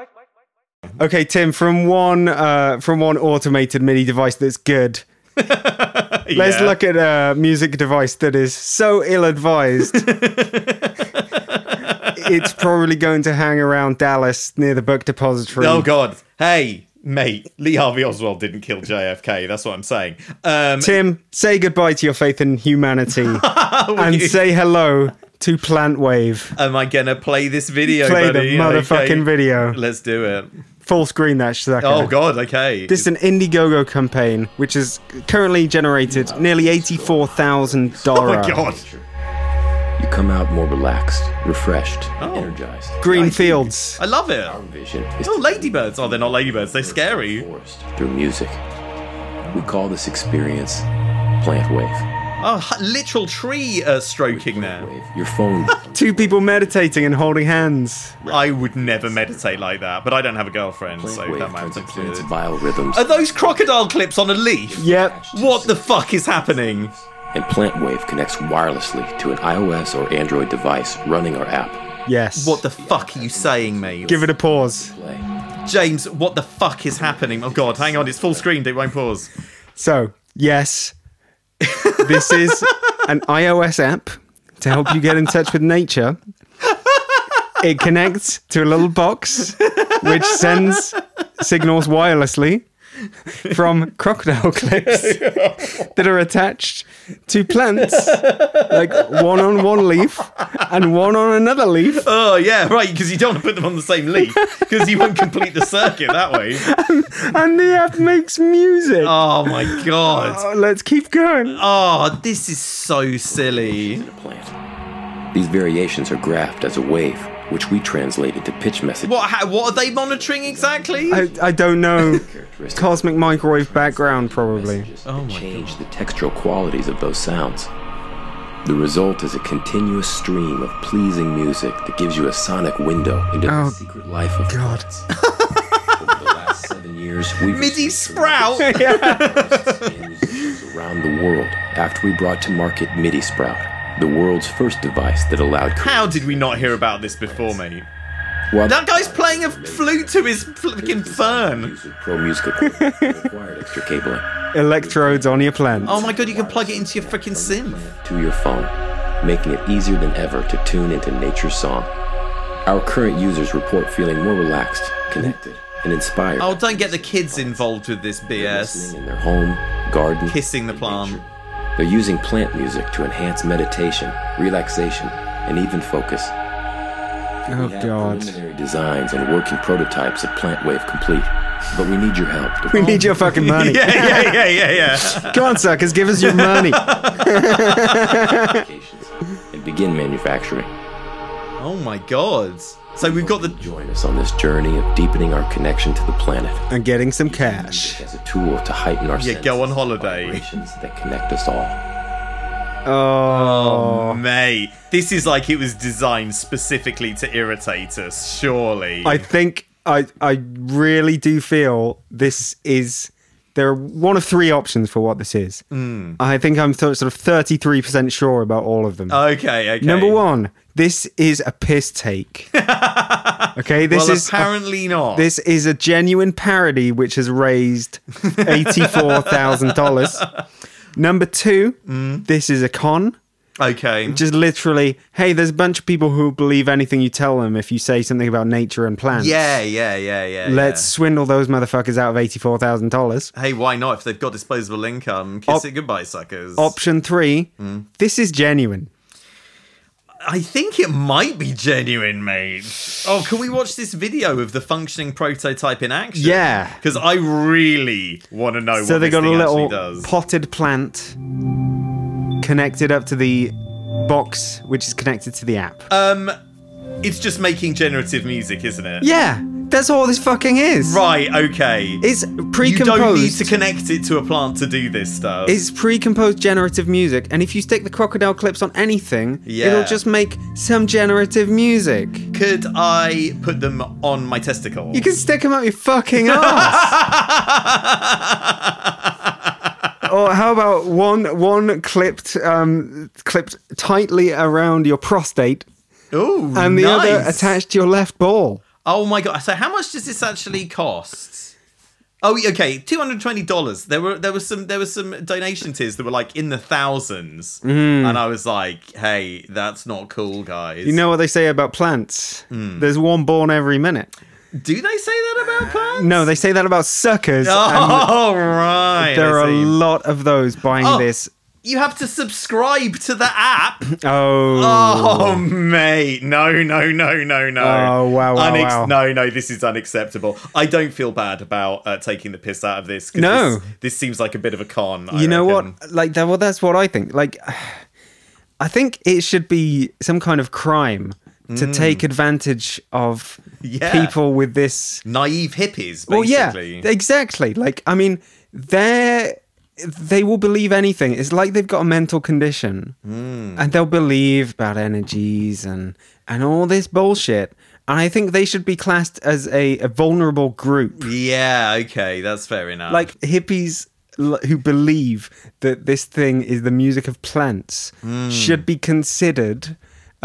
[SPEAKER 1] Okay, Tim, from one uh, from one automated MIDI device that's
[SPEAKER 2] [laughs]
[SPEAKER 1] good. Let's
[SPEAKER 2] Yeah.
[SPEAKER 1] look at a music device that is so ill-advised.
[SPEAKER 2] [laughs]
[SPEAKER 1] it's probably going to hang around Dallas near the book depository.
[SPEAKER 2] Oh God! Hey, mate, Lee Harvey Oswald didn't kill JFK. That's what I'm saying. Um,
[SPEAKER 1] Tim, say goodbye to your faith in
[SPEAKER 2] [laughs]
[SPEAKER 1] humanity and
[SPEAKER 2] you-
[SPEAKER 1] say hello to Plant Wave.
[SPEAKER 2] am I gonna play this video?
[SPEAKER 1] Play the
[SPEAKER 2] buddy?
[SPEAKER 1] motherfucking video.
[SPEAKER 2] Let's do it.
[SPEAKER 1] Full screen that sucker.
[SPEAKER 2] Oh God! Okay.
[SPEAKER 1] This is an Indiegogo campaign which has currently generated nearly eighty-four thousand
[SPEAKER 2] [laughs] Oh
[SPEAKER 1] dollars.
[SPEAKER 2] my God!
[SPEAKER 6] You come out more relaxed, refreshed,
[SPEAKER 2] Oh.
[SPEAKER 6] energized.
[SPEAKER 1] Green fields.
[SPEAKER 2] I love it.
[SPEAKER 6] Our vision is
[SPEAKER 2] Oh,
[SPEAKER 6] to
[SPEAKER 2] ladybirds! Oh, they're not ladybirds. They're scary.
[SPEAKER 6] forest through music. We call this experience plant wave.
[SPEAKER 2] Oh, h- literal tree uh, stroking there.
[SPEAKER 6] Wave. Your phone
[SPEAKER 1] Two people meditating and holding hands.
[SPEAKER 2] I would never meditate like that, but I don't have a girlfriend, so
[SPEAKER 6] plant wave
[SPEAKER 2] that might have
[SPEAKER 6] turns
[SPEAKER 2] to
[SPEAKER 6] into plants'
[SPEAKER 2] include.
[SPEAKER 6] vile rhythms,
[SPEAKER 2] Are those crocodile clips on a leaf?
[SPEAKER 1] Yep.
[SPEAKER 2] What the fuck is happening?
[SPEAKER 6] and plant wave connects wirelessly to an iOS or Android device running our app.
[SPEAKER 1] Yes.
[SPEAKER 2] What the fuck are you saying, mate?
[SPEAKER 1] Give it a pause.
[SPEAKER 6] Play.
[SPEAKER 2] James, what the fuck is happening? Oh god, hang on, it's full screen, it won't pause.
[SPEAKER 1] So, yes, this is an iOS app to help you get in touch with nature. It connects to a little box which sends signals wirelessly from crocodile clips that are attached to plants, like one on one leaf and one on another leaf.
[SPEAKER 2] Oh yeah, right. Because you don't want to put them on the same leaf because you won't complete the circuit that way.
[SPEAKER 1] And the app makes music.
[SPEAKER 2] Oh my god.
[SPEAKER 1] Oh, let's keep going.
[SPEAKER 2] Oh, this is so silly.
[SPEAKER 6] These variations are graphed as a wave, which we translate into pitch messages.
[SPEAKER 2] What? How, what are they monitoring exactly?
[SPEAKER 1] I, I don't
[SPEAKER 2] [laughs]
[SPEAKER 1] know. Cosmic microwave background, probably.
[SPEAKER 6] Oh my change the textural qualities of those sounds. The result is a continuous stream of pleasing music that gives you a sonic window into
[SPEAKER 1] Oh,
[SPEAKER 6] the secret life of
[SPEAKER 1] God.
[SPEAKER 6] plants. Over the last seven years, we've
[SPEAKER 2] [laughs] Midi sprout.
[SPEAKER 6] around the world after we brought to market MIDI Sprout, the world's first device that allowed.
[SPEAKER 2] How did we not hear about this before, mate?
[SPEAKER 6] What?
[SPEAKER 2] That guy's playing a flute to his flipping fern.
[SPEAKER 6] Pro music equipment that required extra cabling
[SPEAKER 1] Electrodes on your plant.
[SPEAKER 2] Oh my god, you can plug it into your freaking synth.
[SPEAKER 6] to your phone, making it easier than ever to tune into nature's song. Our current users report feeling more relaxed, connected, and inspired.
[SPEAKER 2] Oh, don't get the kids involved with this BS.
[SPEAKER 6] Their home, garden,
[SPEAKER 2] kissing the plant. [laughs]
[SPEAKER 6] They're using plant music to enhance meditation, relaxation, and even focus.
[SPEAKER 1] Oh god.
[SPEAKER 6] Preliminary designs and working prototypes of Plant Wave complete, but we need your help. to-
[SPEAKER 1] We need your
[SPEAKER 2] [laughs]
[SPEAKER 1] fucking money.
[SPEAKER 6] Yeah,
[SPEAKER 2] yeah, yeah, yeah, yeah.
[SPEAKER 1] Come on, suckers, give
[SPEAKER 2] [laughs]
[SPEAKER 1] us your money.
[SPEAKER 6] and begin manufacturing.
[SPEAKER 2] Oh my god. So we've got the
[SPEAKER 6] Join us on this journey of deepening our connection to the planet
[SPEAKER 1] and getting some cash
[SPEAKER 6] as a tool to heighten our
[SPEAKER 2] Yeah,
[SPEAKER 6] sense
[SPEAKER 2] go on holiday.
[SPEAKER 6] that connect us all.
[SPEAKER 1] Oh,
[SPEAKER 2] mate. This is like it was designed specifically to irritate us, surely.
[SPEAKER 1] I think I I really do feel this is there are one of three options for what this is.
[SPEAKER 2] Mm.
[SPEAKER 1] I think I'm sort of 33% sure about all of them.
[SPEAKER 2] Okay, okay.
[SPEAKER 1] Number 1, this is a piss
[SPEAKER 2] [laughs]
[SPEAKER 1] take. okay, this
[SPEAKER 2] well,
[SPEAKER 1] is a-
[SPEAKER 2] apparently not.
[SPEAKER 1] This is a genuine parody which has raised
[SPEAKER 2] [laughs]
[SPEAKER 1] $84,000. Number 2,
[SPEAKER 2] Mm.
[SPEAKER 1] this is a con.
[SPEAKER 2] Okay.
[SPEAKER 1] Just literally, hey, there's a bunch of people who believe anything you tell them if you say something about nature and plants.
[SPEAKER 2] yeah, yeah, yeah, yeah.
[SPEAKER 1] Let's swindle those motherfuckers out of eighty-four thousand dollars.
[SPEAKER 2] yeah. Hey, why not? If they've got disposable income, kiss it goodbye, suckers.
[SPEAKER 1] Option three:
[SPEAKER 2] Mm.
[SPEAKER 1] this is genuine.
[SPEAKER 2] I think it might be genuine, mate. Oh, can we watch this video of the functioning prototype in action?
[SPEAKER 1] Yeah.
[SPEAKER 2] Because I really want to know
[SPEAKER 1] so
[SPEAKER 2] what
[SPEAKER 1] they
[SPEAKER 2] this
[SPEAKER 1] got a
[SPEAKER 2] thing actually
[SPEAKER 1] little
[SPEAKER 2] does.
[SPEAKER 1] potted plant connected up to the box, which is connected to the app.
[SPEAKER 2] Um, it's just making generative music, isn't it?
[SPEAKER 1] Yeah, that's all this fucking is.
[SPEAKER 2] Right, okay.
[SPEAKER 1] It's
[SPEAKER 2] You don't need
[SPEAKER 1] pre-composed.
[SPEAKER 2] to connect it to a plant to do this stuff.
[SPEAKER 1] It's pre-composed generative music, and if you stick the crocodile clips on anything,
[SPEAKER 2] Yeah.
[SPEAKER 1] it'll just make some generative music.
[SPEAKER 2] Could I put them on my testicle?
[SPEAKER 1] You can stick them up your
[SPEAKER 2] [laughs]
[SPEAKER 1] fucking ass. or how about one one clipped um, clipped tightly around your prostate,
[SPEAKER 2] Ooh,
[SPEAKER 1] and the other
[SPEAKER 2] nice.
[SPEAKER 1] attached to your left ball.
[SPEAKER 2] Oh my god! So how much does this actually cost? Oh, okay, two hundred twenty dollars. There were there was some there was some donation tiers that were like in the thousands,
[SPEAKER 1] Mm.
[SPEAKER 2] and I was like, hey, that's not cool, guys.
[SPEAKER 1] You know what they say about plants?
[SPEAKER 2] Hmm.
[SPEAKER 1] There's one born every minute.
[SPEAKER 2] do they say
[SPEAKER 1] [sighs]
[SPEAKER 2] that about plants?
[SPEAKER 1] No,
[SPEAKER 2] [laughs]
[SPEAKER 1] they say that about suckers.
[SPEAKER 2] Oh, right,
[SPEAKER 1] There
[SPEAKER 2] I
[SPEAKER 1] are a
[SPEAKER 2] see.
[SPEAKER 1] lot of those buying
[SPEAKER 2] Oh.
[SPEAKER 1] this.
[SPEAKER 2] You have to subscribe to the app.
[SPEAKER 1] Oh.
[SPEAKER 2] Oh, mate. No, no, no, no, no.
[SPEAKER 1] Oh, wow, wow,
[SPEAKER 2] Unex-
[SPEAKER 1] wow.
[SPEAKER 2] No, no, this is unacceptable. I don't feel bad about uh, taking the piss out of this. 'cause
[SPEAKER 1] No.
[SPEAKER 2] This, this seems like a bit of a con. I
[SPEAKER 1] you know
[SPEAKER 2] reckon.
[SPEAKER 1] what like that well that's what i think like i think it should be some kind of crime to
[SPEAKER 2] Mm.
[SPEAKER 1] take advantage of
[SPEAKER 2] Yeah.
[SPEAKER 1] people with this
[SPEAKER 2] Naive hippies,
[SPEAKER 1] well yeah
[SPEAKER 2] basically.
[SPEAKER 1] exactly like i mean they're they will believe anything it's like they've got a mental condition
[SPEAKER 2] Mm.
[SPEAKER 1] and they'll believe about energies and and all this bullshit and i think they should be classed as a, a vulnerable group
[SPEAKER 2] Yeah, okay, that's fair enough.
[SPEAKER 1] like hippies l- who believe that this thing is the music of plants
[SPEAKER 2] Mm.
[SPEAKER 1] should be considered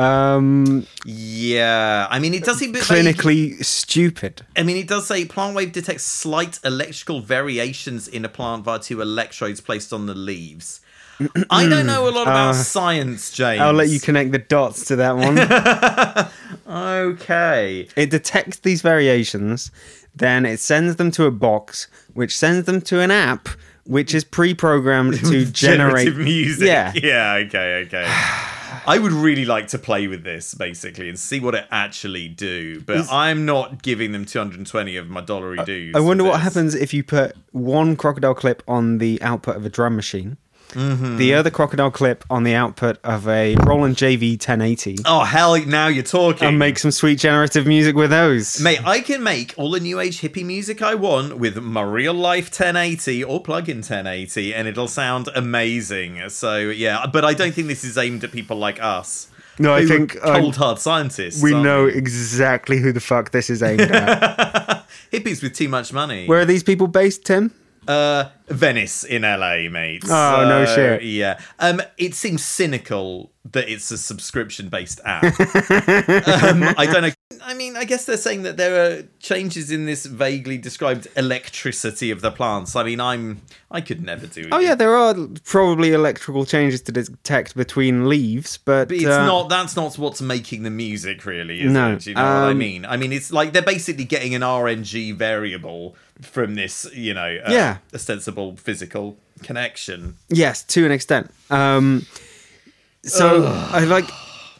[SPEAKER 1] um
[SPEAKER 2] yeah, I mean, it does seem a bit vague.
[SPEAKER 1] clinically stupid
[SPEAKER 2] I mean, it does say plant wave detects slight electrical variations in a plant via two electrodes placed on the leaves. I don't know a lot about
[SPEAKER 1] Uh,
[SPEAKER 2] science, James. [laughs]
[SPEAKER 1] i'll let you connect the dots to that one
[SPEAKER 2] Okay.
[SPEAKER 1] It detects these variations, then it sends them to a box, which sends them to an app, which is pre-programmed to generate
[SPEAKER 2] [laughs] Generative music.
[SPEAKER 1] Yeah,
[SPEAKER 2] Yeah, okay,
[SPEAKER 1] [sighs]
[SPEAKER 2] okay. I would really like to play with this basically and see what it actually do, but
[SPEAKER 1] Is-
[SPEAKER 2] I'm not giving them 220 of my dollary dues.
[SPEAKER 1] I wonder what happens if you put one crocodile clip on the output of a drum machine,
[SPEAKER 2] Mhm.
[SPEAKER 1] the other crocodile clip on the output of a Roland JV 1080,
[SPEAKER 2] Oh hell! Now you're talking.
[SPEAKER 1] and make some sweet generative music with those.
[SPEAKER 2] Mate, I can make all the new age hippie music I want with my real life 1080 or plug-in 1080, and it'll sound amazing. So yeah, but I don't think this is aimed at people like us.
[SPEAKER 1] No, I
[SPEAKER 2] who are
[SPEAKER 1] think, uh,
[SPEAKER 2] cold hard scientists.
[SPEAKER 1] We
[SPEAKER 2] aren't
[SPEAKER 1] know exactly who the fuck this is aimed at.
[SPEAKER 2] [laughs] we? hippies with too much money.
[SPEAKER 1] Where are these people based, Tim?
[SPEAKER 2] Uh, Venice in LA, mate.
[SPEAKER 1] Oh, no
[SPEAKER 2] So,
[SPEAKER 1] shit.
[SPEAKER 2] Yeah. Um, it seems cynical that it's a subscription-based
[SPEAKER 1] [laughs]
[SPEAKER 2] app. um, I don't know. I mean, I guess they're saying that there are changes in this vaguely described electricity of the plants. I mean, I'm I could never do.
[SPEAKER 1] Oh yeah, there are probably electrical changes to detect between leaves, but,
[SPEAKER 2] But it's
[SPEAKER 1] uh,
[SPEAKER 2] not. That's not what's making the music, really. Is
[SPEAKER 1] No,
[SPEAKER 2] it? Do you know what I
[SPEAKER 1] um,
[SPEAKER 2] mean? I mean, it's like they're basically getting an RNG variable from this, you know, uh,
[SPEAKER 1] Yeah.
[SPEAKER 2] ostensible physical connection.
[SPEAKER 1] Yes, to an extent. Um, so I like.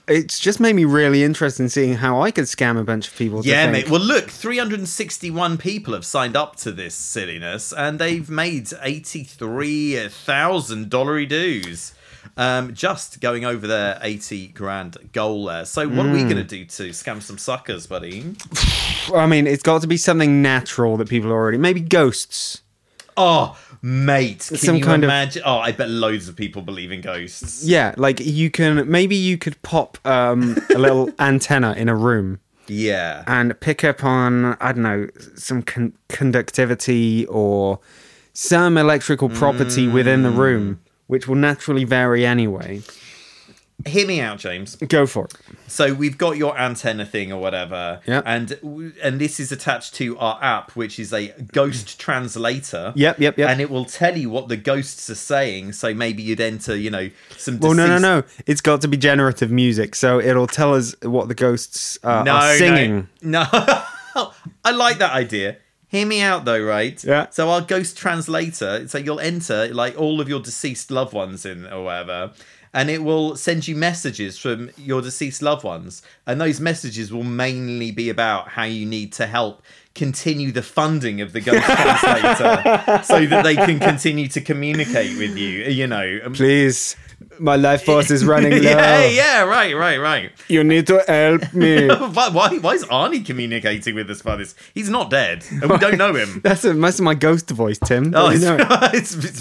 [SPEAKER 1] It's just made me really interested in seeing how I could scam a bunch of people. to
[SPEAKER 2] Yeah,
[SPEAKER 1] think-
[SPEAKER 2] mate. Well, look, 361 people have signed up to this silliness, and they've made $83,000 dollary dues. Um, just going over their 80 grand goal there. So, what are we
[SPEAKER 1] Mm.
[SPEAKER 2] going to do to scam some suckers, buddy?
[SPEAKER 1] I mean, it's got to be something natural that people already. Maybe ghosts.
[SPEAKER 2] Oh, mate. Can
[SPEAKER 1] Some
[SPEAKER 2] you
[SPEAKER 1] kind of-
[SPEAKER 2] imagine? Oh, I bet loads of people believe in ghosts.
[SPEAKER 1] Yeah, like you can. Maybe you could pop um, a
[SPEAKER 2] [laughs]
[SPEAKER 1] little antenna in a room.
[SPEAKER 2] Yeah.
[SPEAKER 1] and pick up on I don't know some con- conductivity or some electrical property within the room, which will naturally vary anyway.
[SPEAKER 2] Hear me out, James.
[SPEAKER 1] Go for it.
[SPEAKER 2] So we've got your antenna thing or whatever,
[SPEAKER 1] Yep.
[SPEAKER 2] and and this is attached to our app, which is a ghost translator.
[SPEAKER 1] Yep, yep, yep.
[SPEAKER 2] And it will tell you what the ghosts are saying. So maybe you'd enter, you know, some.
[SPEAKER 1] Well, no, no,
[SPEAKER 2] deceased-
[SPEAKER 1] no. It's got to be generative music, so it'll tell us what the ghosts uh,
[SPEAKER 2] No,
[SPEAKER 1] are
[SPEAKER 2] no.
[SPEAKER 1] singing.
[SPEAKER 2] No, [laughs] I like that idea. Hear me out though, right? Yeah. So our ghost translator, so you'll enter like all of your deceased loved ones in or whatever, and it will send you messages from your deceased loved ones, and those messages will mainly be about how you need to help continue the funding of
[SPEAKER 1] [laughs]
[SPEAKER 2] the ghost translator so that they can continue to communicate with you. You know, um,
[SPEAKER 1] Please, my life force is running low. [laughs]
[SPEAKER 2] [laughs] yeah, yeah, right, right, right.
[SPEAKER 1] You need to help [laughs] me.
[SPEAKER 2] [laughs] why, why, why is Arnie communicating with us about this? He's not dead, and we don't
[SPEAKER 1] [laughs]
[SPEAKER 2] know him.
[SPEAKER 1] That's a, that's my ghost voice, Tim.
[SPEAKER 2] Oh,
[SPEAKER 1] You
[SPEAKER 2] it's,
[SPEAKER 1] know [laughs] it.
[SPEAKER 2] [laughs] it's, it's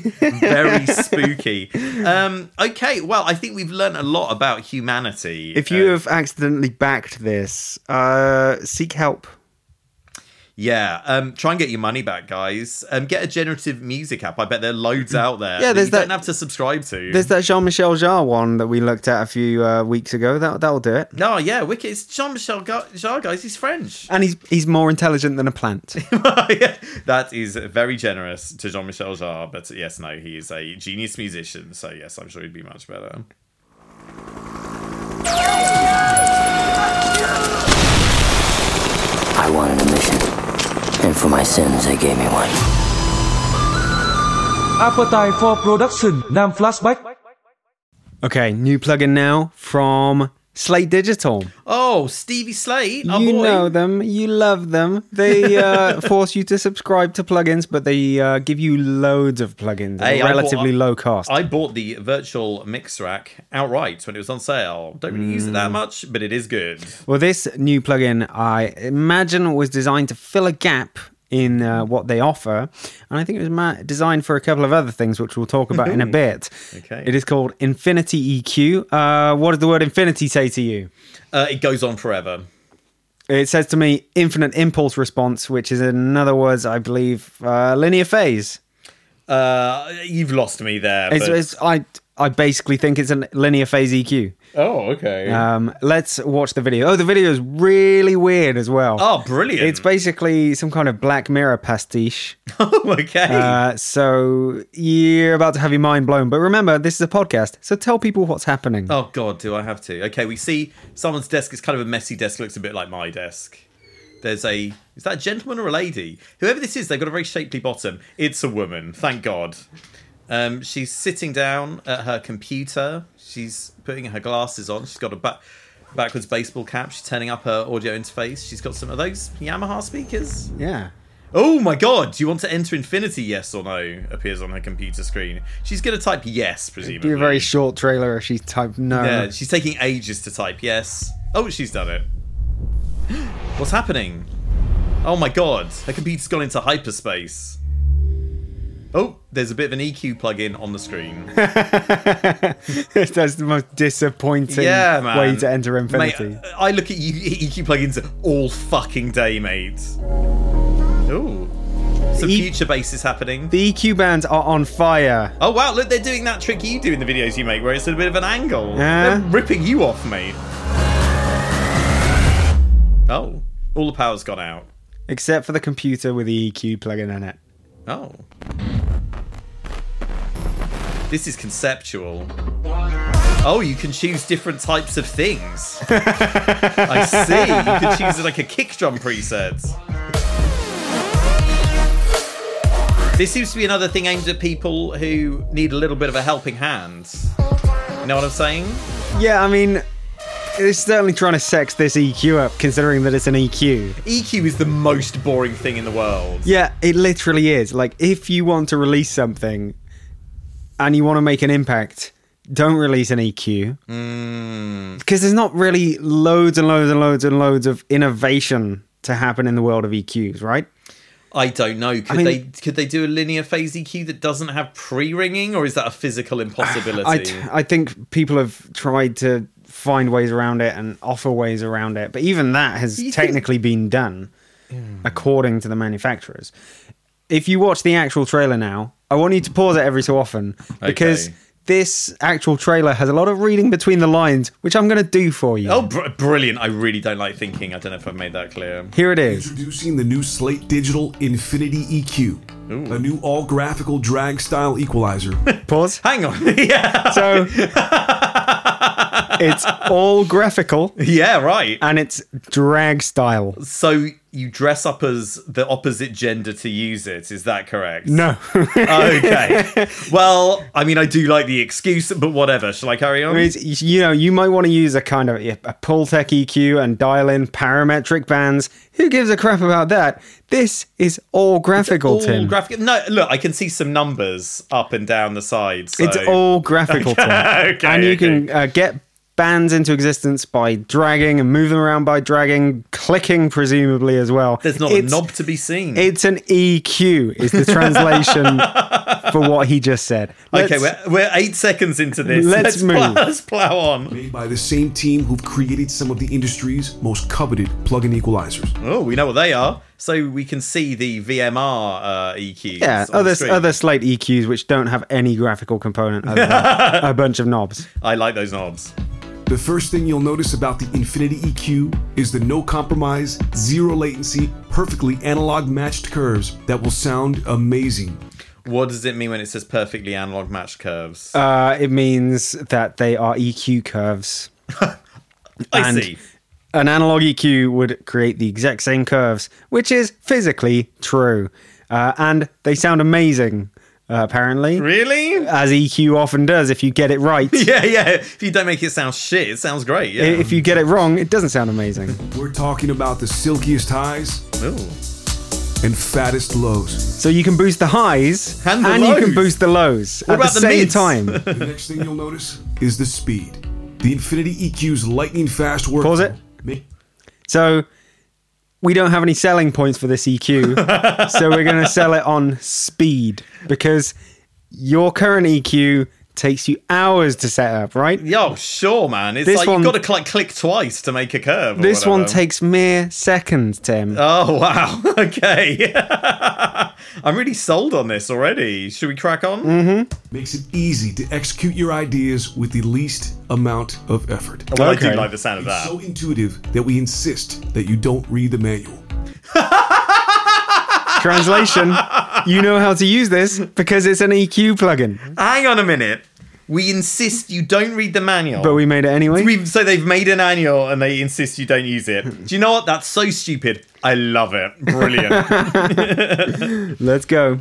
[SPEAKER 1] [laughs]
[SPEAKER 2] very spooky. Um, okay, well, I think we've learned a lot about humanity. Uh,
[SPEAKER 1] if you have accidentally backed this, uh, seek help.
[SPEAKER 2] Yeah, um, try and get your money back, guys. Um, get a generative music app. I bet there are loads out there.
[SPEAKER 1] Mm. Yeah,
[SPEAKER 2] that
[SPEAKER 1] there's
[SPEAKER 2] you don't
[SPEAKER 1] that-
[SPEAKER 2] have to subscribe to.
[SPEAKER 1] There's that Jean-Michel Jarre one that we looked at a few uh, weeks ago. That that'll do it.
[SPEAKER 2] No, Oh, yeah, wicked. It's Jean Michel Jarre, guys. He's French. [laughs] Oh,
[SPEAKER 1] And he's he's more intelligent than a plant.
[SPEAKER 2] That is very generous to Jean Michel Jarre, but yes, no, he is a genius musician. So yes, I'm sure he'd be much better.
[SPEAKER 4] I wanted a mission. And for my sins, they gave me one.
[SPEAKER 5] [laughs] Appetite for Production Nam Flashback
[SPEAKER 1] okay, new plugin now from Slate Digital.
[SPEAKER 2] Oh, Stevie Slate, our
[SPEAKER 1] you
[SPEAKER 2] Oh, boy.
[SPEAKER 1] know them, you love them.
[SPEAKER 2] [laughs]
[SPEAKER 1] They uh, force you to subscribe to plugins, but they uh, give you loads of plugins
[SPEAKER 2] Hey,
[SPEAKER 1] at
[SPEAKER 2] I
[SPEAKER 1] a relatively
[SPEAKER 2] bought-
[SPEAKER 1] low cost.
[SPEAKER 2] I bought the virtual mix rack outright when it was on sale. Don't really use it
[SPEAKER 1] Mm.
[SPEAKER 2] that much, but it is good.
[SPEAKER 1] Well, this new plugin, I imagine, was designed to fill a gap in uh, what they offer. And I think it was ma- designed for a couple of other things, which we'll talk about in
[SPEAKER 2] [laughs]
[SPEAKER 1] a bit.
[SPEAKER 2] Okay.
[SPEAKER 1] It is called Infinity EQ. Uh, what does the word infinity say to you?
[SPEAKER 2] Uh, it goes on forever.
[SPEAKER 1] It says to me infinite impulse response, which is, in other words, I believe, uh, linear phase.
[SPEAKER 2] Uh, you've lost me there.
[SPEAKER 1] It's,
[SPEAKER 2] but-
[SPEAKER 1] it's, I, I basically think it's a linear phase EQ.
[SPEAKER 2] oh, okay.
[SPEAKER 1] Um, let's watch the video. Oh, the video is really weird as well.
[SPEAKER 2] Oh, brilliant.
[SPEAKER 1] It's basically some kind of Black Mirror pastiche.
[SPEAKER 2] oh, [laughs] okay.
[SPEAKER 1] Uh, so you're about to have your mind blown. But remember, this is a podcast, so tell people what's happening.
[SPEAKER 2] Oh God, do I have to? Okay, we see someone's desk. It's kind of a messy desk. Looks a bit like my desk. There's a is that a gentleman or a lady? Whoever this is, they've got a very shapely bottom. It's a woman. Thank God. Um, she's sitting down at her computer. She's putting her glasses on. She's got a back, backwards baseball cap. She's turning up her audio interface. She's got some of those Yamaha speakers.
[SPEAKER 1] Yeah.
[SPEAKER 2] Oh my god, do you want to enter infinity? Yes or no? Appears on her computer screen. She's going to type yes, presumably.
[SPEAKER 1] Be a very short trailer if she typed no. [laughs]
[SPEAKER 2] Yeah, she's taking ages to type yes. Oh, she's done it. [gasps] What's happening? Oh my god, her computer's gone into hyperspace. Oh, there's a bit of an EQ plug-in on
[SPEAKER 1] [laughs]
[SPEAKER 2] the screen.
[SPEAKER 1] That's the most disappointing
[SPEAKER 2] yeah, man.
[SPEAKER 1] way to enter infinity.
[SPEAKER 2] Mate, uh, I I look at you EQ plugins all fucking day, mate. Ooh. Some
[SPEAKER 1] E
[SPEAKER 2] future bass is happening.
[SPEAKER 1] The EQ bands are on fire.
[SPEAKER 2] Oh wow, look, they're doing that trick you do in the videos you make where it's at a bit of an angle.
[SPEAKER 1] Yeah.
[SPEAKER 2] They're ripping you off, mate. Oh, all the power's gone out.
[SPEAKER 1] Except for the computer with the EQ plug-in in it.
[SPEAKER 2] Oh. This is conceptual. Oh, you can choose different types of
[SPEAKER 1] [laughs]
[SPEAKER 2] things. I see. You can choose like a kick drum preset. This seems to be another thing aimed at people who need a little bit of a helping hand. You know what I'm saying?
[SPEAKER 1] Yeah, I mean, it's certainly trying to sex this EQ up, considering that it's an E EQ.
[SPEAKER 2] EQ E is the most boring thing in the world.
[SPEAKER 1] Yeah, it literally is. Like, if you want to release something and you want to make an impact, don't release an EQ. Because there's not really loads and loads and loads and loads of innovation to happen in the world of EQs, right?
[SPEAKER 2] I don't know. Could
[SPEAKER 1] I mean-
[SPEAKER 2] they could they do a linear phase EQ that doesn't have pre-ringing, or is that a physical impossibility?
[SPEAKER 1] I, t- I think people have tried to find ways around it and offer ways around it, but even that has
[SPEAKER 2] You think-
[SPEAKER 1] technically been done according to the manufacturers. If you watch the actual trailer now, I want you to pause it every so often because
[SPEAKER 2] Okay.
[SPEAKER 1] this actual trailer has a lot of reading between the lines, which I'm going to do for you.
[SPEAKER 2] Oh, br- brilliant! I really don't like thinking. I don't know if I've made that clear.
[SPEAKER 1] Here it is.
[SPEAKER 13] Introducing the new Slate Digital Infinity EQ, a new all graphical drag style equalizer.
[SPEAKER 1] Pause.
[SPEAKER 2] Hang on. [laughs] yeah.
[SPEAKER 1] So it's all graphical.
[SPEAKER 2] Yeah, right.
[SPEAKER 1] And it's drag style.
[SPEAKER 2] So you dress up as the opposite gender to use it. Is that correct?
[SPEAKER 1] No. [laughs]
[SPEAKER 2] okay. Well, I mean, I do like the excuse, but whatever. Shall I carry on?
[SPEAKER 1] I mean, it's, you know, you might want to use a kind of a pull tech EQ and dial in parametric bands. Who gives a crap about that? This is all graphical,
[SPEAKER 2] all
[SPEAKER 1] Tim.
[SPEAKER 2] graphic. No, look, I can see some numbers up and down the side. So.
[SPEAKER 1] It's all graphical, Tim.
[SPEAKER 2] [laughs] Okay,
[SPEAKER 1] and you
[SPEAKER 2] Oh, okay.
[SPEAKER 1] can uh, get bands into existence by dragging and moving around by dragging, clicking presumably as well.
[SPEAKER 2] There's not
[SPEAKER 1] it's,
[SPEAKER 2] a knob to be seen.
[SPEAKER 1] It's an EQ. Is the
[SPEAKER 2] [laughs]
[SPEAKER 1] translation for what he just said?
[SPEAKER 2] okay,
[SPEAKER 1] Let's-
[SPEAKER 2] we're, we're eight seconds into this.
[SPEAKER 1] Let's move.
[SPEAKER 2] Plow, let's plow on.
[SPEAKER 13] Made by the same team who've created some of the industry's most coveted plug in equalizers.
[SPEAKER 2] Oh, we know what they are. So we can see the VMR uh, EQs.
[SPEAKER 1] yeah,
[SPEAKER 2] on the
[SPEAKER 1] other
[SPEAKER 2] screen.
[SPEAKER 1] other slate EQs which don't have any graphical component other
[SPEAKER 2] [laughs]
[SPEAKER 1] than a bunch of knobs.
[SPEAKER 2] I like those knobs.
[SPEAKER 13] The first thing you'll notice about the Infinity EQ is the no compromise, zero latency, perfectly analog matched curves that will sound amazing.
[SPEAKER 2] What does it mean when it says perfectly analog matched curves?
[SPEAKER 1] Uh, it means that they are EQ curves.
[SPEAKER 2] I
[SPEAKER 1] and
[SPEAKER 2] see.
[SPEAKER 1] An analog EQ would create the exact same curves, which is physically true. Uh, and they sound amazing, uh, apparently.
[SPEAKER 2] Really? [laughs]
[SPEAKER 1] As EQ often does if you get it
[SPEAKER 13] [laughs]
[SPEAKER 1] right.
[SPEAKER 2] Yeah, yeah. If you don't make it sound shit, it sounds great. Yeah.
[SPEAKER 1] If you get it wrong, it doesn't sound amazing.
[SPEAKER 13] We're talking about the silkiest highs and fattest lows.
[SPEAKER 1] So you can boost the highs
[SPEAKER 13] And the
[SPEAKER 1] you can
[SPEAKER 13] lows.
[SPEAKER 1] boost the lows
[SPEAKER 13] What
[SPEAKER 1] at the
[SPEAKER 13] about the
[SPEAKER 1] same
[SPEAKER 13] mids? [laughs]
[SPEAKER 1] time. [laughs]
[SPEAKER 13] The next thing you'll notice is the speed. The Infinity EQ's lightning fast work.
[SPEAKER 1] Pause it. So we don't have any selling points for this E [laughs] EQ. so we're going to sell it on speed because your current EQ takes you hours to set up, right?
[SPEAKER 2] Yo, sure, man. It's
[SPEAKER 1] This
[SPEAKER 2] like
[SPEAKER 1] one-
[SPEAKER 2] you've got to like click twice to make a curve. or
[SPEAKER 1] This one
[SPEAKER 2] whatever.
[SPEAKER 1] takes mere seconds, [laughs] Tim.
[SPEAKER 2] Oh wow. [laughs] Okay. I'm really sold on this already. Should we crack on?
[SPEAKER 13] Mm-hmm. Makes it easy to execute your ideas with the least amount of effort.
[SPEAKER 2] Well, I do Okay. like the sound of
[SPEAKER 13] It's
[SPEAKER 2] that.
[SPEAKER 13] so intuitive that we insist that you don't read the manual.
[SPEAKER 1] Translation: You know how to use this because it's an EQ plugin,
[SPEAKER 2] Hang on a minute. We insist you don't read the manual.
[SPEAKER 1] but we made it anyway.
[SPEAKER 2] We've- so they've made an annual and they insist you don't use it. Do you know what? That's so stupid. I love it. Brilliant.
[SPEAKER 1] [laughs] Let's go.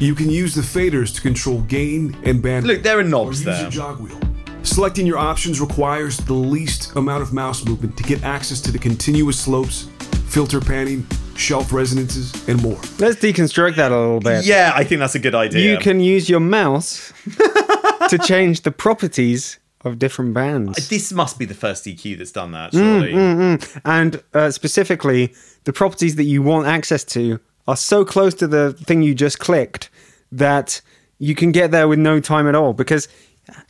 [SPEAKER 13] You can use the faders to control gain and bandwidth.
[SPEAKER 2] Look, there are knobs
[SPEAKER 13] Or use
[SPEAKER 2] there.
[SPEAKER 13] a jog wheel. Selecting your options requires the least amount of mouse movement to get access to the continuous slopes, filter panning, shelf resonances, and more.
[SPEAKER 1] Let's deconstruct that a little bit.
[SPEAKER 2] yeah, I think that's a good idea.
[SPEAKER 1] You can use your mouse to change the properties of different bands.
[SPEAKER 2] This must be the first EQ that's done that,
[SPEAKER 1] Mm,
[SPEAKER 2] surely.
[SPEAKER 1] mm, mm. And uh, specifically, the properties that you want access to are so close to the thing you just clicked that you can get there with no time at all. Because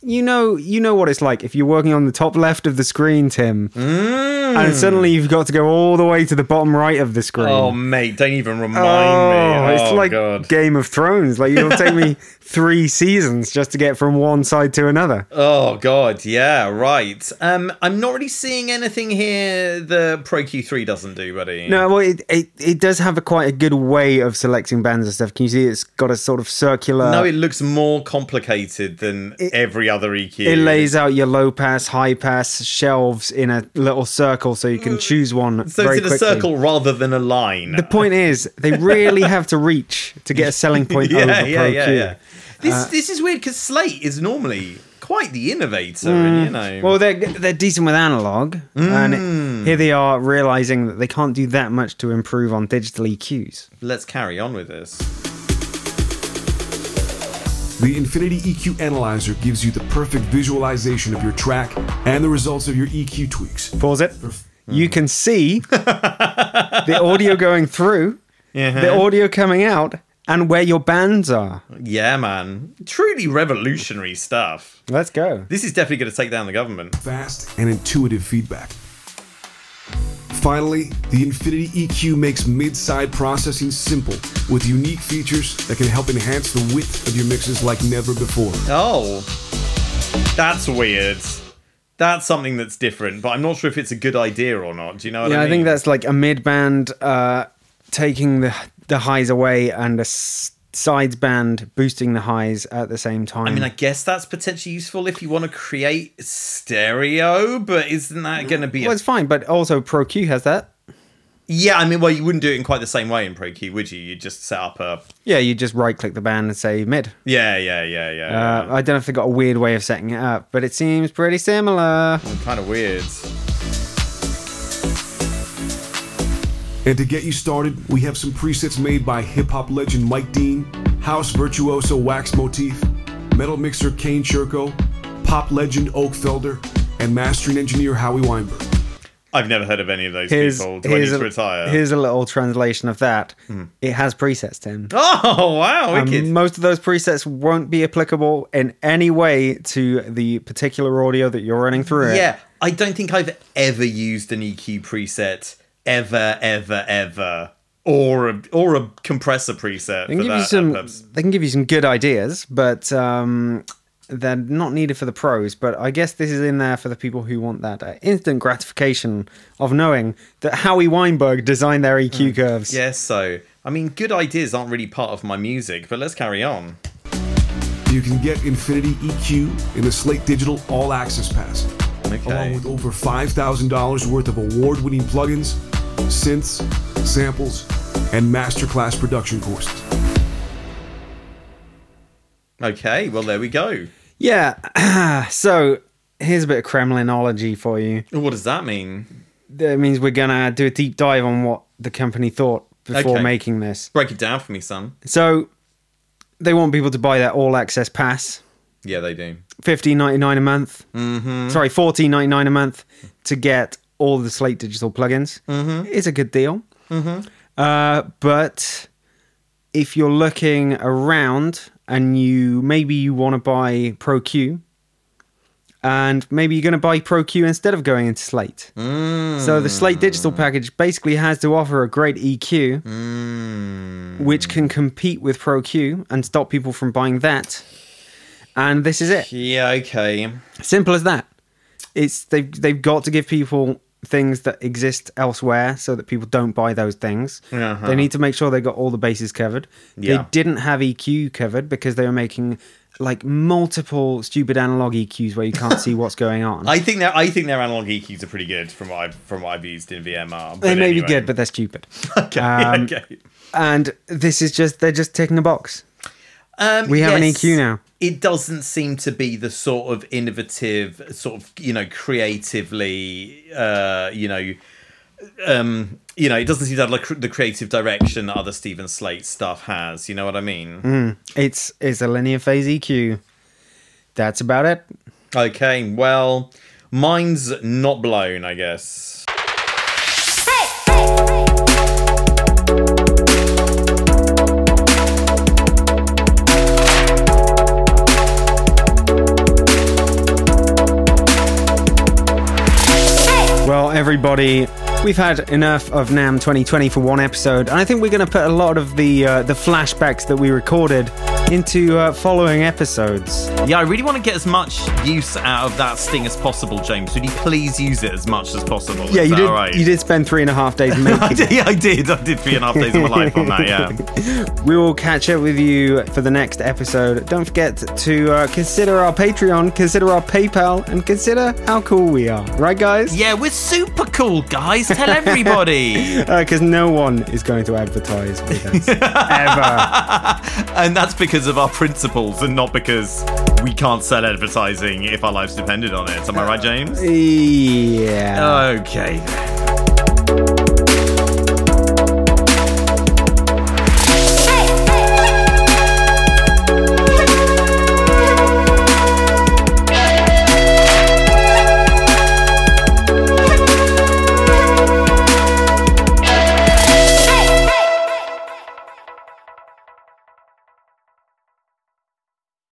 [SPEAKER 1] you know, you know what it's like if you're working on the top left of the screen, Tim,
[SPEAKER 2] Mm.
[SPEAKER 1] and suddenly you've got to go all the way to the bottom right of the screen.
[SPEAKER 2] Oh, mate, don't even remind
[SPEAKER 1] Oh,
[SPEAKER 2] me.
[SPEAKER 1] it's
[SPEAKER 2] Oh,
[SPEAKER 1] like
[SPEAKER 2] God.
[SPEAKER 1] Game of Thrones. Like it'll take
[SPEAKER 2] [laughs]
[SPEAKER 1] me three seasons just to get from one side to another.
[SPEAKER 2] Oh god, yeah, right. Um, I'm not really seeing anything here the Pro Q3 doesn't do, buddy.
[SPEAKER 1] No, well, it, it, it does have a quite a good way of selecting bands and stuff. Can you see it's got a sort of circular?
[SPEAKER 2] no, it looks more complicated than every other E EQ.
[SPEAKER 1] it lays out your low pass, high pass shelves in a little circle, so you can choose one.
[SPEAKER 2] Mm. so
[SPEAKER 1] very
[SPEAKER 2] it's in a
[SPEAKER 1] quickly.
[SPEAKER 2] circle rather than a line.
[SPEAKER 1] The point is, they
[SPEAKER 2] [laughs]
[SPEAKER 1] really have to reach to get a selling point
[SPEAKER 2] yeah,
[SPEAKER 1] over
[SPEAKER 2] yeah,
[SPEAKER 1] Pro
[SPEAKER 2] yeah,
[SPEAKER 1] Q.
[SPEAKER 2] yeah. This
[SPEAKER 1] Uh,
[SPEAKER 2] this is weird because Slate is normally quite the innovator, and you know.
[SPEAKER 1] Mm. Well, they're they're decent with analog,
[SPEAKER 2] Mm.
[SPEAKER 1] and here they are realizing that they can't do that much to improve on digital E EQs.
[SPEAKER 2] let's carry on with this.
[SPEAKER 13] The Infinity EQ Analyzer gives you the perfect visualization of your track and the results of your EQ tweaks.
[SPEAKER 1] Pause it. You can see the audio going through, the
[SPEAKER 2] Uh-huh.
[SPEAKER 1] audio coming out, and where your bands are.
[SPEAKER 2] Yeah, man, truly revolutionary stuff.
[SPEAKER 1] Let's go.
[SPEAKER 2] This is definitely going to take down the government.
[SPEAKER 13] Fast and intuitive feedback. Finally, the Infinity EQ makes mid-side processing simple with unique features that can help enhance the width of your mixes like never before.
[SPEAKER 2] Oh, that's weird. That's something that's different, but I'm not sure if it's a good idea or not. Do you know what
[SPEAKER 1] yeah,
[SPEAKER 2] I
[SPEAKER 1] I
[SPEAKER 2] mean?
[SPEAKER 1] think that's like a mid band uh, taking the the highs away and a s- sides band boosting the highs at the same time.
[SPEAKER 2] I mean, I guess that's potentially useful if you want to create stereo, but isn't that going to be?
[SPEAKER 1] well,
[SPEAKER 2] A...
[SPEAKER 1] it's fine, but also Pro Q has that.
[SPEAKER 2] Yeah, I mean, well, you wouldn't do it in quite the same way in Pro Q, would you? You'd just set up a.
[SPEAKER 1] Yeah, you just right click the band and say mid.
[SPEAKER 2] Yeah, yeah, yeah, yeah.
[SPEAKER 1] Uh, I don't know if they got a weird way of setting it up, but it seems pretty similar.
[SPEAKER 2] Kind of weird.
[SPEAKER 13] And to get you started, we have some presets made by hip hop legend Mike Dean, house virtuoso Wax Motif, metal mixer Kane Churko, pop legend Oak Felder, and mastering engineer Howie Weinberg.
[SPEAKER 2] I've never heard of any of those people. Do I need
[SPEAKER 1] here's
[SPEAKER 2] to
[SPEAKER 1] a,
[SPEAKER 2] retire? Hmm.
[SPEAKER 1] here's a little translation of that. It has presets, Tim.
[SPEAKER 2] [laughs] Oh wow,
[SPEAKER 1] And
[SPEAKER 2] wicked.
[SPEAKER 1] most of those presets won't be applicable in any way to the particular audio that you're running through. it.
[SPEAKER 2] Yeah, I don't think I've ever used an EQ preset ever, ever, ever, or a, or a compressor preset.
[SPEAKER 1] They can
[SPEAKER 2] for
[SPEAKER 1] give
[SPEAKER 2] that
[SPEAKER 1] you some.
[SPEAKER 2] purpose.
[SPEAKER 1] They can give you some good ideas, but um, they're not needed for the pros. But I guess this is in there for the people who want that uh, instant gratification of knowing that Howie Weinberg designed their EQ
[SPEAKER 2] Hmm.
[SPEAKER 1] curves.
[SPEAKER 2] Yes, so I mean, good ideas aren't really part of my music, but let's carry on.
[SPEAKER 13] You can get Infinity EQ in the Slate Digital All Access Pass, along with over $5,000 worth of award winning plugins, synths, samples, and masterclass production courses.
[SPEAKER 2] Okay, well there we go.
[SPEAKER 1] Yeah. [clears throat] so here's a bit of Kremlinology for you.
[SPEAKER 2] What does that mean?
[SPEAKER 1] That means we're gonna do a deep dive on what the company thought before
[SPEAKER 2] Okay.
[SPEAKER 1] making this.
[SPEAKER 2] Break it down for me, son.
[SPEAKER 1] So they want people to buy that all access pass,
[SPEAKER 2] Yeah, they do.
[SPEAKER 1] fifteen ninety nine a month.
[SPEAKER 2] Mhm.
[SPEAKER 1] Sorry, fourteen ninety nine a month to get all the Slate Digital plugins.
[SPEAKER 2] Mhm.
[SPEAKER 1] It's a good deal,
[SPEAKER 2] Mhm.
[SPEAKER 1] uh, but if you're looking around and you maybe you want to buy Pro Q, and maybe you're going to buy Pro Q instead of going into Slate. So the Slate digital package basically has to offer a great EQ,
[SPEAKER 2] Hmm.
[SPEAKER 1] which can compete with Pro Q and stop people from buying that. And this is it.
[SPEAKER 2] Yeah, okay.
[SPEAKER 1] Simple as that. It's they've they've got to give people things that exist elsewhere so that people don't buy those things.
[SPEAKER 2] Uh-huh.
[SPEAKER 1] They need to make sure they got all the bases covered.
[SPEAKER 2] Yeah.
[SPEAKER 1] They didn't have EQ covered because they were making like multiple stupid analog EQs where you can't see what's going on.
[SPEAKER 2] [laughs] I think their I think their analog EQs are pretty good from what I've from what I've used in VMR.
[SPEAKER 1] they
[SPEAKER 2] but
[SPEAKER 1] may
[SPEAKER 2] anyway.
[SPEAKER 1] be good, Um, but they're stupid. [laughs] okay,
[SPEAKER 2] [laughs] okay.
[SPEAKER 1] And this is just they're just ticking a box.
[SPEAKER 2] Um,
[SPEAKER 1] We have an EQ now.
[SPEAKER 2] It doesn't seem to be the sort of innovative, sort of you know, creatively, uh, you know, um, you know, it doesn't seem to have like, the creative direction that other Stephen Slate stuff has. You know what I mean?
[SPEAKER 1] Mm, it's it's a linear phase EQ. That's about it.
[SPEAKER 2] Okay, well, mine's not blown, I guess.
[SPEAKER 1] Well, everybody, we've had enough of Nam 2020 for one episode, and I think we're going to put a lot of the uh, the flashbacks that we recorded into uh, following episodes.
[SPEAKER 2] Yeah, I really want to get as much use out of that sting as possible, James. Would you please use it as much as possible?
[SPEAKER 1] yeah,
[SPEAKER 2] Is
[SPEAKER 1] you
[SPEAKER 2] that
[SPEAKER 1] did.
[SPEAKER 2] all right?
[SPEAKER 1] You did spend three and a half [laughs] days
[SPEAKER 2] [laughs] I
[SPEAKER 1] making.
[SPEAKER 2] did, yeah, I did. I did three and a half days of my life on
[SPEAKER 1] [laughs]
[SPEAKER 2] that. Yeah.
[SPEAKER 1] we will catch up with you for the next episode. Don't forget to uh, consider our Patreon, consider our PayPal, and consider how cool we are. Right, guys?
[SPEAKER 2] Yeah, we're super cool, guys.
[SPEAKER 1] [laughs]
[SPEAKER 2] Tell everybody.
[SPEAKER 1] Because Uh, no one is going to advertise with [laughs] us. [laughs]
[SPEAKER 2] and that's because of our principles and not because we can't sell advertising if our lives depended on it. Am I right, James?
[SPEAKER 1] yeah.
[SPEAKER 2] Okay. then.